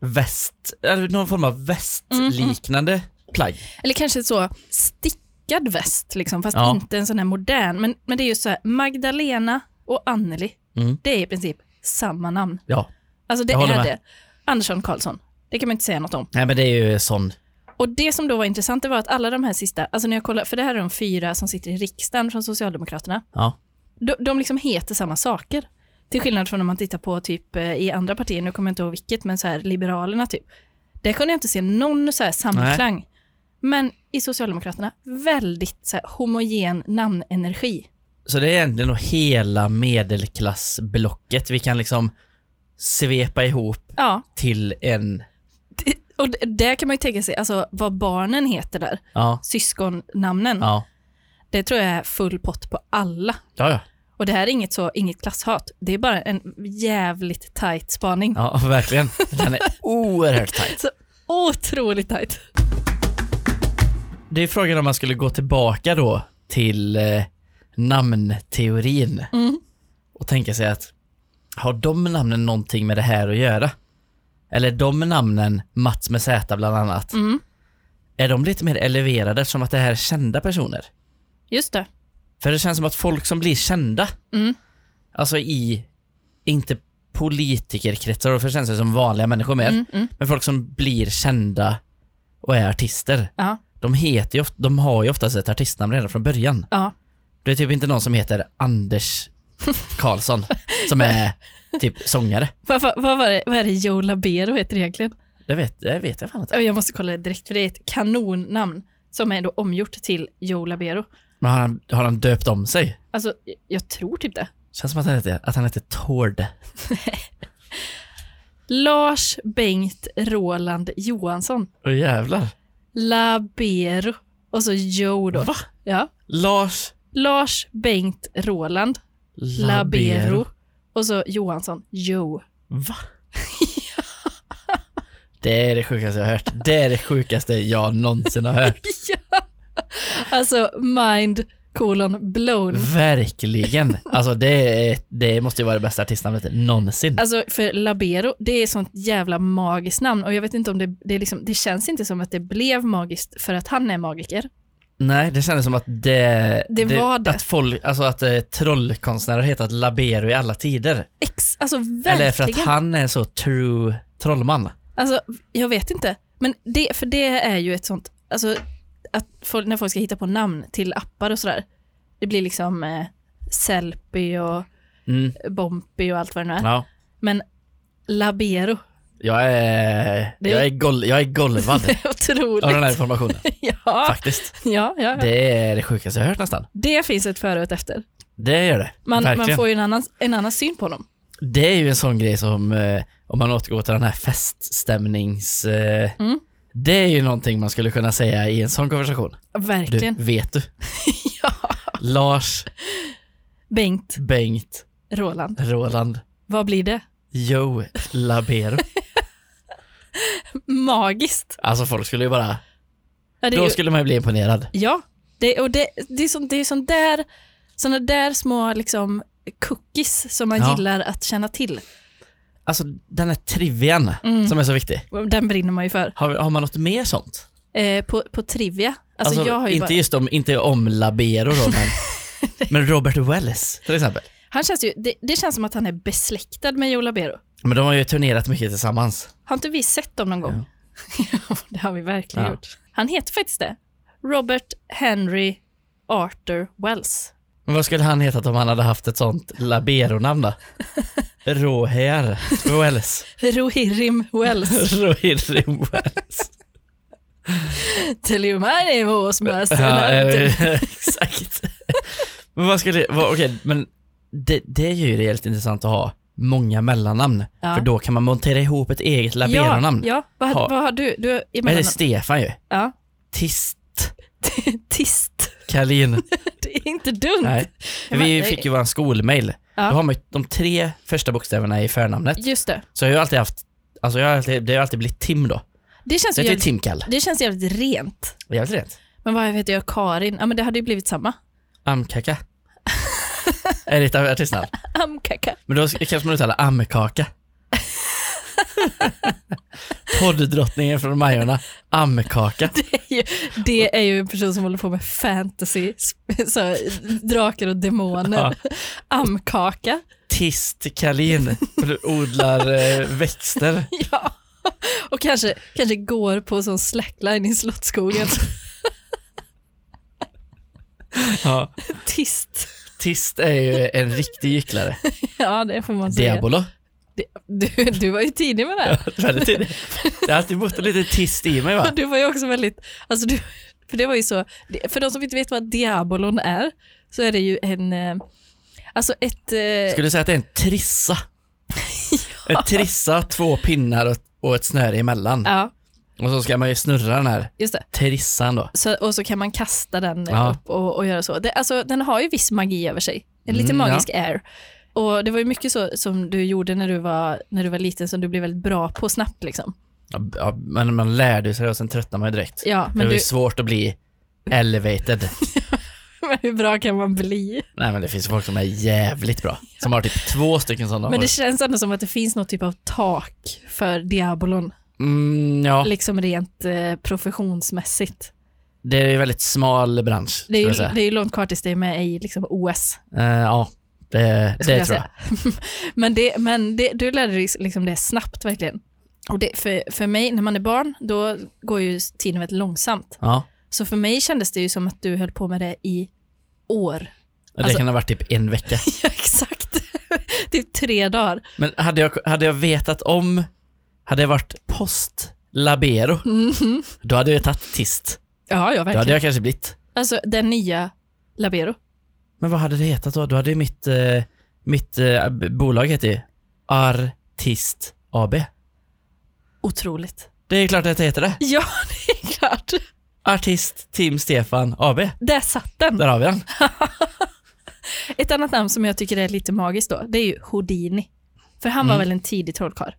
Speaker 1: väst, eller någon form av västliknande plagg.
Speaker 2: Eller kanske så stickad väst, liksom, fast
Speaker 1: Ja.
Speaker 2: inte en sån här modern. Men, men det är ju så här, Magdalena och Anneli,
Speaker 1: Mm.
Speaker 2: det är i princip samma namn.
Speaker 1: Ja.
Speaker 2: Alltså det
Speaker 1: Jag håller
Speaker 2: är
Speaker 1: med.
Speaker 2: det. Andersson Karlsson, det kan man inte säga något om.
Speaker 1: Nej men det är ju sån.
Speaker 2: Och det som då var intressant det var att alla de här sista, alltså när jag kollar, för det här är de fyra som sitter i riksdagen från Socialdemokraterna,
Speaker 1: Ja.
Speaker 2: de, de liksom heter samma saker. Till skillnad från om man tittar på typ eh, i andra partier, nu kommer jag inte ihåg vilket, men så här Liberalerna typ. Där kunde jag inte se någon så här samklang. Men i Socialdemokraterna, väldigt så här homogen namnenergi.
Speaker 1: Så det är egentligen nog hela medelklassblocket vi kan liksom svepa ihop
Speaker 2: Ja,
Speaker 1: till en,
Speaker 2: och d- där kan man ju tänka sig alltså, vad barnen heter där,
Speaker 1: ja,
Speaker 2: syskonnamnen.
Speaker 1: ja,
Speaker 2: Det tror jag är full pott på alla.
Speaker 1: ja, ja,
Speaker 2: Och det här är inget, så, inget klasshat, det är bara en jävligt tajt spaning.
Speaker 1: ja verkligen. Den är oerhört tajt.
Speaker 2: Så otroligt tajt.
Speaker 1: Det är frågan om man skulle gå tillbaka då till eh, namnteorin
Speaker 2: Mm.
Speaker 1: och tänka sig att har de namnen någonting med det här att göra? Eller är de namnen, Mats med Z bland annat,
Speaker 2: Mm.
Speaker 1: är de lite mer eleverade som att det här är kända personer?
Speaker 2: Just det.
Speaker 1: För det känns som att folk som blir kända,
Speaker 2: Mm.
Speaker 1: alltså i, inte politikerkretsar, för det känns det som vanliga människor mer,
Speaker 2: Mm, mm.
Speaker 1: men folk som blir kända och är artister,
Speaker 2: Ja,
Speaker 1: de, heter ju ofta, de har ju oftast ett artistnamn redan från början.
Speaker 2: ja.
Speaker 1: Det är typ inte någon som heter Anders Karlsson som är typ sångare.
Speaker 2: Vad, vad, vad, var det, vad är det Joe Labero heter egentligen?
Speaker 1: Det vet, det vet jag fan inte.
Speaker 2: Ja, Jag måste kolla det direkt, för det är ett kanonnamn som är då omgjort till Joe Labero.
Speaker 1: Men har han, har han döpt om sig?
Speaker 2: Alltså, jag- jag tror typ det.
Speaker 1: Känns som att han heter, att han heter Tord.
Speaker 2: Lars Bengt Roland Johansson.
Speaker 1: Åh jävlar.
Speaker 2: Labero. Och så Joe då.
Speaker 1: Va?
Speaker 2: Ja.
Speaker 1: Lars
Speaker 2: Lars Bengt Roland Labero. Och så Johansson Joe.
Speaker 1: Va? Det är det sjukaste jag har hört. Det är det sjukaste jag någonsin har hört.
Speaker 2: Alltså mind colon blown.
Speaker 1: Verkligen. Alltså det, är, det måste ju vara det bästa artistnamnet någonsin.
Speaker 2: Alltså för Labero, det är sånt jävla magiskt namn och jag vet inte om det, det, är liksom, det känns inte som att det blev magiskt för att han är magiker.
Speaker 1: Nej, det kändes som att det...
Speaker 2: Det var det.
Speaker 1: Att, folk, alltså att eh, trollkonstnärer har hetat Labero i alla tider.
Speaker 2: Ex, alltså
Speaker 1: Eller för att
Speaker 2: verkligen.
Speaker 1: han är så true trollman.
Speaker 2: Alltså, jag vet inte. Men det, för det är ju ett sånt, alltså att folk, när folk ska hitta på namn till appar och sådär. Det blir liksom eh, Selby och
Speaker 1: Mm.
Speaker 2: Bompy och allt vad det nu är.
Speaker 1: Ja.
Speaker 2: Men Labero,
Speaker 1: Jag är,
Speaker 2: Det-
Speaker 1: jag är, gol, jag är golvad
Speaker 2: det är
Speaker 1: av den
Speaker 2: otroligt.
Speaker 1: här informationen.
Speaker 2: Ja,
Speaker 1: Faktiskt.
Speaker 2: ja, ja. Det.
Speaker 1: Det är det sjukaste jag har hört nästan.
Speaker 2: det finns ett före och ett efter.
Speaker 1: Det gör det.
Speaker 2: Man, man
Speaker 1: Verkligen.
Speaker 2: får ju en annan, en annan syn på honom.
Speaker 1: Det är ju en sån grej som, eh, om man återgår till den här feststämnings... Eh,
Speaker 2: Mm.
Speaker 1: Det är ju någonting man skulle kunna säga i en sån konversation. Du,
Speaker 2: Verkligen.
Speaker 1: vet du?
Speaker 2: Ja.
Speaker 1: Lars,
Speaker 2: Bengt,
Speaker 1: Bengt,
Speaker 2: Roland.
Speaker 1: Roland,
Speaker 2: Vad blir det?
Speaker 1: Joe, Labero.
Speaker 2: Magiskt.
Speaker 1: Alltså folk skulle ju bara...
Speaker 2: Ja, det är
Speaker 1: Då
Speaker 2: ju,
Speaker 1: skulle man ju bli imponerad.
Speaker 2: ja. Det, och det, det är sånt det är sån där, såna där små liksom, cookies som man
Speaker 1: Ja.
Speaker 2: gillar att känna till.
Speaker 1: Alltså den här trivian
Speaker 2: Mm.
Speaker 1: som är så viktig.
Speaker 2: Den brinner man ju för.
Speaker 1: Har, har man något mer sånt?
Speaker 2: Eh, på, på Trivia. Alltså,
Speaker 1: Alltså,
Speaker 2: jag har ju
Speaker 1: inte
Speaker 2: bara,
Speaker 1: just om, inte om Labero då, men, men Robert Wells till exempel.
Speaker 2: han känns ju, det, det känns som att han är besläktad med Joe Labero.
Speaker 1: Men de har ju turnerat mycket tillsammans.
Speaker 2: Har inte vi sett dem någon gång? Ja. det har vi verkligen
Speaker 1: Ja.
Speaker 2: gjort. Han heter faktiskt det. Robert Henry Arthur Wells.
Speaker 1: Men vad skulle han hetat om han hade haft ett sånt Labero-namn då? Roher Wells.
Speaker 2: Rohirrim Wells.
Speaker 1: Rohirrim Wells.
Speaker 2: Till you my name oh, was
Speaker 1: ja,
Speaker 2: master.
Speaker 1: eh, exakt. Men vad skulle, vad, okej, men det, det är ju rejält intressant att ha många mellannamn.
Speaker 2: Ja.
Speaker 1: För då kan man montera ihop ett eget Labero-namn.
Speaker 2: Ja, vad,
Speaker 1: Äh, Ha.
Speaker 2: vad har du? Du har
Speaker 1: Men det är
Speaker 2: emellan...
Speaker 1: Stefan ju.
Speaker 2: Ja.
Speaker 1: Tist.
Speaker 2: Tist.
Speaker 1: Kalin.
Speaker 2: Det är inte dumt.
Speaker 1: Nej.
Speaker 2: Ja, men-
Speaker 1: Vi fick ju vår skolmail.
Speaker 2: Ja.
Speaker 1: Då har man ju de tre första bokstäverna i förnamnet.
Speaker 2: Just det.
Speaker 1: Så jag har ju alltid haft, alltså jag har alltid, det har alltid blivit Tim då.
Speaker 2: Det känns,
Speaker 1: Så
Speaker 2: ju
Speaker 1: jag heter
Speaker 2: jävligt,
Speaker 1: Tim Kall.
Speaker 2: det känns jävligt rent.
Speaker 1: Jävligt rätt.
Speaker 2: Men vad heter jag? Karin? Ja, men det hade ju blivit samma.
Speaker 1: Amkaka. är ditt artistnamn.
Speaker 2: Amkaka.
Speaker 1: Men då kanske man uttalar ammekaka. Podddrottningen från Majorna, ammkaka.
Speaker 2: ju- det är ju en person som håller på med fantasy, sp- så, här, drakar och demoner.
Speaker 1: Ja.
Speaker 2: Amkaka.
Speaker 1: Tistkalin, för du odlar eh, växter.
Speaker 2: Ja. Och kanske, kanske går på sån slackline i Slottsskogen.
Speaker 1: Ja.
Speaker 2: Tist.
Speaker 1: Tist är ju en riktig gycklare.
Speaker 2: Ja, det får man säga.
Speaker 1: Diabolo.
Speaker 2: Du, du var ju tidig med det. här.
Speaker 1: Väldigt tidigt. Det har alltid bott en liten tist i mig va?
Speaker 2: Du var ju också väldigt, alltså du, för det var ju så, för de som inte vet vad diabolon är, så är det ju en, eh, alltså ett, eh,
Speaker 1: Skulle du säga att det är en trissa? En trissa, två pinnar och- och ett snöre emellan.
Speaker 2: ja,
Speaker 1: Och så ska man ju snurra den här
Speaker 2: just det.
Speaker 1: trissan då.
Speaker 2: Så, och så kan man kasta den eh,
Speaker 1: Ja.
Speaker 2: upp och, och göra så. Det, alltså, den har ju viss magi över sig, en lite
Speaker 1: Mm, ja.
Speaker 2: magisk air. Och det var ju mycket så som du gjorde när du var, när du var liten som du blev väldigt bra på snabbt liksom.
Speaker 1: Ja, b- Ja, men man lärde sig det och sen tröttnar man ju direkt.
Speaker 2: Ja,
Speaker 1: det
Speaker 2: men
Speaker 1: var
Speaker 2: du,
Speaker 1: ju svårt att bli elevated.
Speaker 2: men hur bra kan man bli?
Speaker 1: Nej men det finns ju folk som är jävligt bra. Som har typ två stycken sådana.
Speaker 2: Men det känns ändå som att det finns något typ av tak för diabolon,
Speaker 1: Mm, ja,
Speaker 2: liksom rent eh, professionsmässigt.
Speaker 1: det är ju en väldigt smal bransch.
Speaker 2: Det är, ju,
Speaker 1: skulle jag säga.
Speaker 2: det är ju långt kvar tills det är med i liksom OS.
Speaker 1: Eh, ja, det, det
Speaker 2: skulle
Speaker 1: tror jag.
Speaker 2: säga. men det, men det, du lärde dig liksom det snabbt verkligen. Och det, för, för mig, när man är barn, då går ju tiden väldigt långsamt.
Speaker 1: Ja,
Speaker 2: Så för mig kändes det ju som att du höll på med det i år.
Speaker 1: det
Speaker 2: Alltså-
Speaker 1: kan ha varit typ en vecka.
Speaker 2: Ja, exakt. typ tre dagar.
Speaker 1: Men hade jag, hade jag vetat om, hade jag varit post labero,
Speaker 2: Mhm.
Speaker 1: då hade jag tagit tist.
Speaker 2: Ja, ja,
Speaker 1: Då
Speaker 2: verkligen.
Speaker 1: hade jag kanske blivit.
Speaker 2: Alltså den nya Labero.
Speaker 1: Men vad hade det hetat då? Då hade ju mitt, eh, mitt eh, b- bolag hetat ju Artist AB.
Speaker 2: Otroligt.
Speaker 1: Det är klart att det heter det.
Speaker 2: Ja, det är klart.
Speaker 1: Artist Tim Stefan AB.
Speaker 2: Där satt den.
Speaker 1: Där har vi den.
Speaker 2: Ett annat namn som jag tycker är lite magiskt då, det är ju Houdini. För han var
Speaker 1: Mm.
Speaker 2: väl en tidig trollkarl.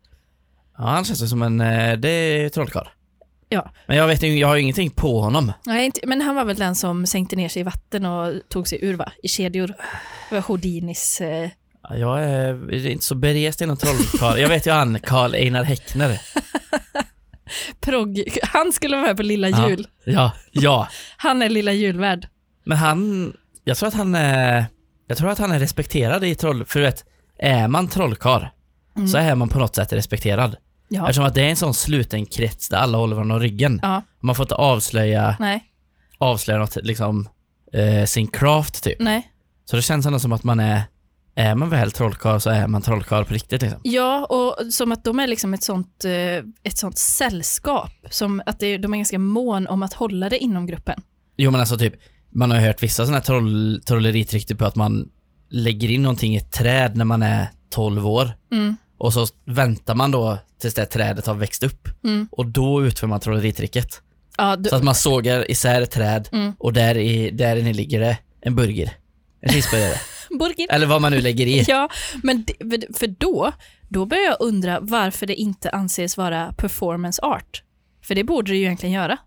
Speaker 1: Ja, han känns ju som en, eh, det är ju trollkarl.
Speaker 2: Ja.
Speaker 1: Men jag vet ju, jag har ju ingenting på honom.
Speaker 2: Nej, inte, men han var väl den som sänkte ner sig i vatten och tog sig ur va? I kedjor. Det var Houdinis... Eh,
Speaker 1: Ja, Jag är inte så berest inom trollkarl. Jag vet ju han, Karl Einar Häckner.
Speaker 2: progg. Han skulle vara med på Lilla
Speaker 1: Ja.
Speaker 2: Jul.
Speaker 1: Ja, ja.
Speaker 2: Han är Lilla Julvärd.
Speaker 1: Men han, jag tror att han är, jag tror att han är respekterad i troll, för du vet, är man trollkarl
Speaker 2: Mm.
Speaker 1: så är man på något sätt respekterad.
Speaker 2: Ja.
Speaker 1: Eftersom att det är en sån sluten krets där alla håller varandra om ryggen.
Speaker 2: ja.
Speaker 1: Man får inte avslöja,
Speaker 2: Nej.
Speaker 1: avslöja något, liksom, eh, sin craft typ.
Speaker 2: Nej.
Speaker 1: Så det känns ändå som att man är, är man väl trollkarl så är man trollkarl på riktigt liksom.
Speaker 2: Ja, och som att de är liksom ett sånt, eh, ett sånt sällskap. Som att det, de är ganska mån om att hålla det inom gruppen.
Speaker 1: Jo men alltså typ, man har ju hört vissa sådana här troll, trolleritrick typ på att man lägger in någonting i ett träd när man är 12 år.
Speaker 2: Mm.
Speaker 1: Och så väntar man då tills det här trädet har växt upp.
Speaker 2: Mm.
Speaker 1: Och då utför man trolleritricket.
Speaker 2: Ja, du,
Speaker 1: Så att man sågar isär ett träd
Speaker 2: Mm.
Speaker 1: och där, i, där inne ligger det en burger. En cheeseburgare.
Speaker 2: Burgin.
Speaker 1: Eller vad man nu lägger i.
Speaker 2: Ja, men det, för- för då, då börjar jag undra varför det inte anses vara performance art. För det borde det ju egentligen göra.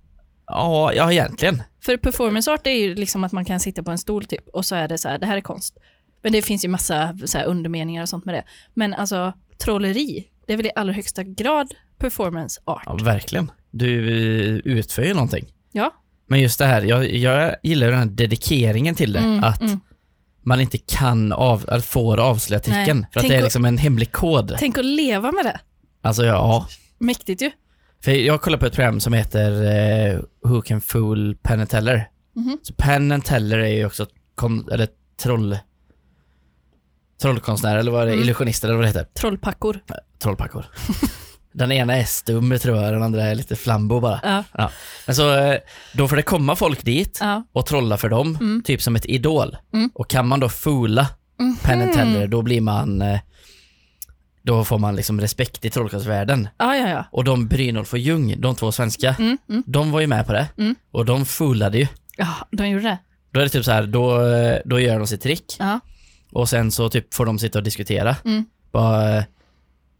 Speaker 1: Ja, ja egentligen.
Speaker 2: För performance art är ju liksom att man kan sitta på en stol typ och så är det så här, det här är konst. Men det finns ju massa så här undermeningar och sånt med det. Men alltså trolleri, det är väl i allra högsta grad performance
Speaker 1: Ja,
Speaker 2: art.
Speaker 1: verkligen. Du eh, utför ju någonting.
Speaker 2: Ja.
Speaker 1: Men just det här, jag, jag gillar ju den här dedikeringen till det.
Speaker 2: Mm,
Speaker 1: att
Speaker 2: mm.
Speaker 1: man inte kan av, eller får avslöja tricken.
Speaker 2: Nej.
Speaker 1: För att
Speaker 2: Tänk
Speaker 1: det är
Speaker 2: och-
Speaker 1: liksom en hemlig kod.
Speaker 2: Tänk att leva med det.
Speaker 1: Alltså ja.
Speaker 2: Mäktigt ju.
Speaker 1: För jag kollar på ett program som heter eh, Who Can Fool Penn and Teller.
Speaker 2: Mhm.
Speaker 1: Så Penn and Teller är ju också kon- eller troll, trollkonstnärer, eller vad det är,
Speaker 2: Mm.
Speaker 1: illusionister eller vad det heter.
Speaker 2: Trollpackor.
Speaker 1: Trollpackor. Den ena är stum tror jag, den andra är lite flambo bara.
Speaker 2: Ja,
Speaker 1: Men så, eh, då får det komma folk dit
Speaker 2: ja.
Speaker 1: och trolla för dem,
Speaker 2: Mm.
Speaker 1: typ som ett idol.
Speaker 2: Mm. Mhm.
Speaker 1: Och kan man då foola Penn and Teller, då blir man, eh, då får man liksom respekt i trollkarlsvärlden.
Speaker 2: Ja, ja, ja.
Speaker 1: Och de Brynolf och Ljung, de två svenska,
Speaker 2: Mm, mm.
Speaker 1: de var ju med på det
Speaker 2: Mm.
Speaker 1: och de foolade ju.
Speaker 2: Ja, de gjorde det.
Speaker 1: Då är det typ så här, då, eh, då gör de sitt trick
Speaker 2: Ja.
Speaker 1: och sen så typ får de sitta och diskutera.
Speaker 2: Mm.
Speaker 1: Bara, eh,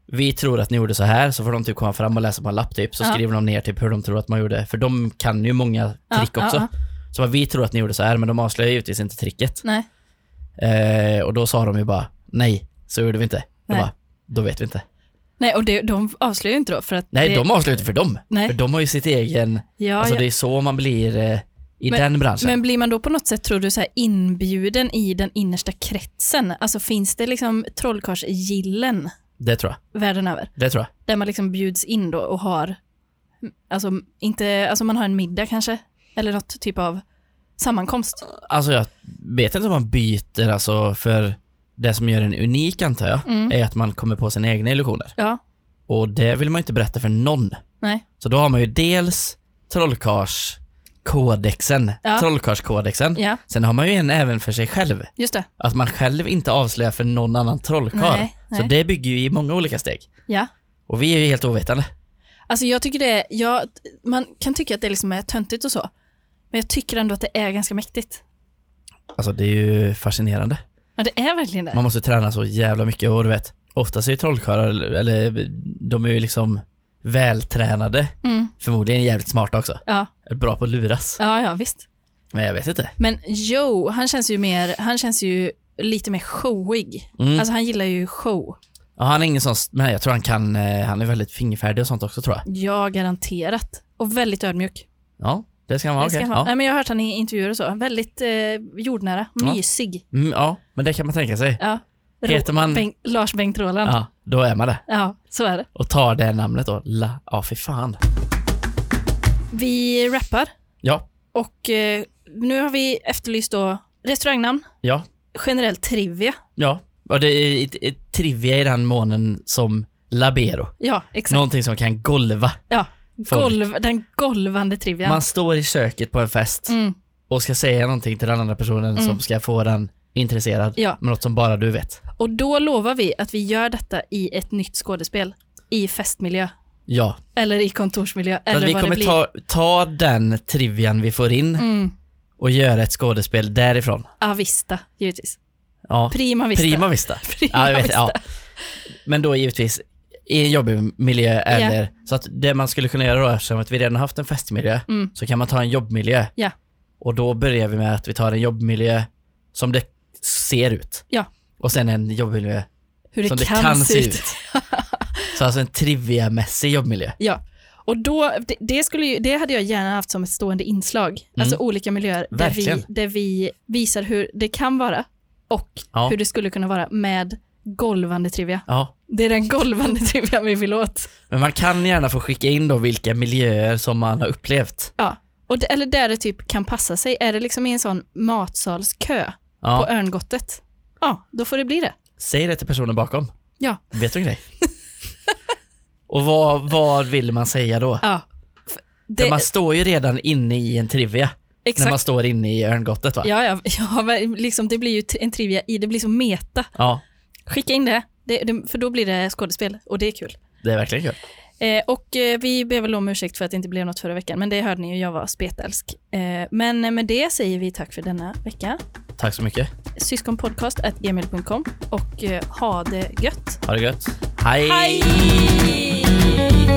Speaker 1: vi tror att ni gjorde så här, så får de typ komma fram och läsa på en lapp typ, så
Speaker 2: Ja.
Speaker 1: skriver de ner typ hur de tror att man gjorde, för de kan ju många
Speaker 2: Ja,
Speaker 1: trick
Speaker 2: ja,
Speaker 1: också.
Speaker 2: ja.
Speaker 1: Så bara, vi tror att ni gjorde så här, men de avslöjar givetvis inte tricket.
Speaker 2: Nej.
Speaker 1: Eh, och då sa de ju bara, nej, så gjorde vi inte. Jag
Speaker 2: Nej.
Speaker 1: bara, då vet vi inte.
Speaker 2: Nej, och det, de avslöjar ju inte då för att
Speaker 1: Nej,
Speaker 2: det,
Speaker 1: de avslöjar inte för dem. För
Speaker 2: Nej,
Speaker 1: de har ju sitt egen,
Speaker 2: ja,
Speaker 1: alltså
Speaker 2: ja.
Speaker 1: det är så man blir eh, i den branschen.
Speaker 2: Men blir man då på något sätt, tror du, så här inbjuden i den innersta kretsen? Alltså finns det liksom trollkarlsgillen
Speaker 1: det tror jag.
Speaker 2: världen över?
Speaker 1: Det tror jag.
Speaker 2: Där man liksom bjuds in då och har, alltså, inte, alltså man har en middag kanske? Eller något typ av sammankomst?
Speaker 1: Alltså jag vet inte om man byter, alltså för det som gör en unik antar jag,
Speaker 2: Mm.
Speaker 1: är att man kommer på sina egna illusioner.
Speaker 2: Ja,
Speaker 1: Och det vill man ju inte berätta för någon.
Speaker 2: nej.
Speaker 1: Så då har man ju dels trollkarlskodexen,
Speaker 2: Ja.
Speaker 1: trollkarlskodexen.
Speaker 2: Ja,
Speaker 1: Sen har man ju en även för sig själv.
Speaker 2: just det.
Speaker 1: Att man själv inte avslöjar för någon annan trollkarl.
Speaker 2: Nej,
Speaker 1: Så
Speaker 2: nej.
Speaker 1: det bygger ju i många olika steg.
Speaker 2: Ja.
Speaker 1: Och vi är ju helt ovetande.
Speaker 2: Alltså jag tycker det är, jag, man kan tycka att det liksom är töntigt och så. Men jag tycker ändå att det är ganska mäktigt.
Speaker 1: Alltså det är ju fascinerande.
Speaker 2: Ja, det är verkligen det.
Speaker 1: Man måste träna så jävla mycket och du vet, oftast är ju trollkarlar, eller- eller de är ju liksom vältränade.
Speaker 2: Mm.
Speaker 1: Förmodligen jävligt smarta också.
Speaker 2: Ja,
Speaker 1: Bra på att luras.
Speaker 2: ja, ja, visst.
Speaker 1: Men jag vet inte.
Speaker 2: Men Joe, han känns ju mer, han känns ju lite mer showig.
Speaker 1: Mm.
Speaker 2: Alltså han gillar ju show.
Speaker 1: Ja, han är ingen sån, men jag tror han kan, eh, han är väldigt fingerfärdig och sånt också tror jag.
Speaker 2: Ja, garanterat. Och väldigt ödmjuk.
Speaker 1: Ja, det ska han vara.
Speaker 2: Det ska
Speaker 1: okej.
Speaker 2: han vara.
Speaker 1: Ja.
Speaker 2: Nej, men jag har hört han i intervjuer och så. Väldigt eh, jordnära,
Speaker 1: Ja.
Speaker 2: mysig.
Speaker 1: Mm, ja, men det kan man tänka sig.
Speaker 2: Ja.
Speaker 1: Heter man-
Speaker 2: Bengt- Lars Bengt Roland. Ja.
Speaker 1: Ja, då är man det.
Speaker 2: så är det.
Speaker 1: Och tar det namnet då. La, ja fy fan.
Speaker 2: Vi rappar
Speaker 1: Ja,
Speaker 2: och eh, nu har vi efterlyst då restaurangnamn,
Speaker 1: ja,
Speaker 2: generellt trivia.
Speaker 1: ja. Och det är ett, ett trivia i den månen som labero.
Speaker 2: Ja, exakt.
Speaker 1: Någonting som kan golva.
Speaker 2: ja.
Speaker 1: Folk.
Speaker 2: Golv, den golvande trivian.
Speaker 1: Man står i köket på en fest
Speaker 2: Mm,
Speaker 1: och ska säga någonting till den andra personen som ska få den intresserad.
Speaker 2: Ja.
Speaker 1: Men något som bara du vet.
Speaker 2: och då lovar vi att vi gör detta i ett nytt skådespel, i festmiljö.
Speaker 1: Ja,
Speaker 2: Eller i kontorsmiljö,
Speaker 1: Så att
Speaker 2: eller
Speaker 1: vi
Speaker 2: vad det
Speaker 1: kommer
Speaker 2: blir.
Speaker 1: ta, ta den trivian vi får in
Speaker 2: Mm.
Speaker 1: och göra ett skådespel därifrån.
Speaker 2: Avista, givetvis.
Speaker 1: Ja.
Speaker 2: Prima vista.
Speaker 1: Prima vista.
Speaker 2: Prima
Speaker 1: ja, jag vet,
Speaker 2: vista.
Speaker 1: ja. Men då givetvis i en jobbig miljö eller så att det man skulle kunna göra då eftersom att vi redan har haft en festmiljö
Speaker 2: Mm.
Speaker 1: så kan man ta en jobbmiljö.
Speaker 2: Ja.
Speaker 1: Och då börjar vi med att vi tar en jobbmiljö som det ser ut.
Speaker 2: Ja.
Speaker 1: Och sen en jobbmiljö
Speaker 2: Hur det,
Speaker 1: som
Speaker 2: kan, se ut.
Speaker 1: så alltså en triviamässig jobbmiljö.
Speaker 2: Ja. Och då, det, det, skulle ju, det hade jag gärna haft som ett stående inslag. Alltså olika miljöer där vi,
Speaker 1: Mm. Verkligen.
Speaker 2: där vi visar hur det kan vara och
Speaker 1: Ja.
Speaker 2: hur det skulle kunna vara med golvande trivia.
Speaker 1: Ja.
Speaker 2: Det är den golvande trivian vi vill åt.
Speaker 1: Men man kan gärna få skicka in då vilka miljöer som man har upplevt.
Speaker 2: Ja. Och det, eller där det typ kan passa sig. Är det liksom i en sån matsalskö
Speaker 1: Ja.
Speaker 2: på Örngottet, ja, då får det bli det.
Speaker 1: Säg det till personen bakom.
Speaker 2: Ja.
Speaker 1: Vet du en grej? Och vad, vad vill man säga då?
Speaker 2: ja. F-
Speaker 1: För
Speaker 2: Det,
Speaker 1: man står ju redan inne i en trivia när man
Speaker 2: exakt.
Speaker 1: står inne i örngottet va?
Speaker 2: Ja, ja, ja men liksom det blir ju tri- en trivia i, det blir som meta.
Speaker 1: Ja,
Speaker 2: Skicka in det, det, det för då blir det skådespel och det är kul.
Speaker 1: det är verkligen kul.
Speaker 2: Eh, och eh, vi ber väl om ursäkt för att det inte blev något förra veckan, men det hörde ni ju, jag var spetälsk. Eh, men eh, med det säger vi tack för denna vecka.
Speaker 1: Tack så mycket.
Speaker 2: Syskonpodcast.gmail.com och eh, ha det gött.
Speaker 1: Ha det gött. Hej!
Speaker 2: Hej!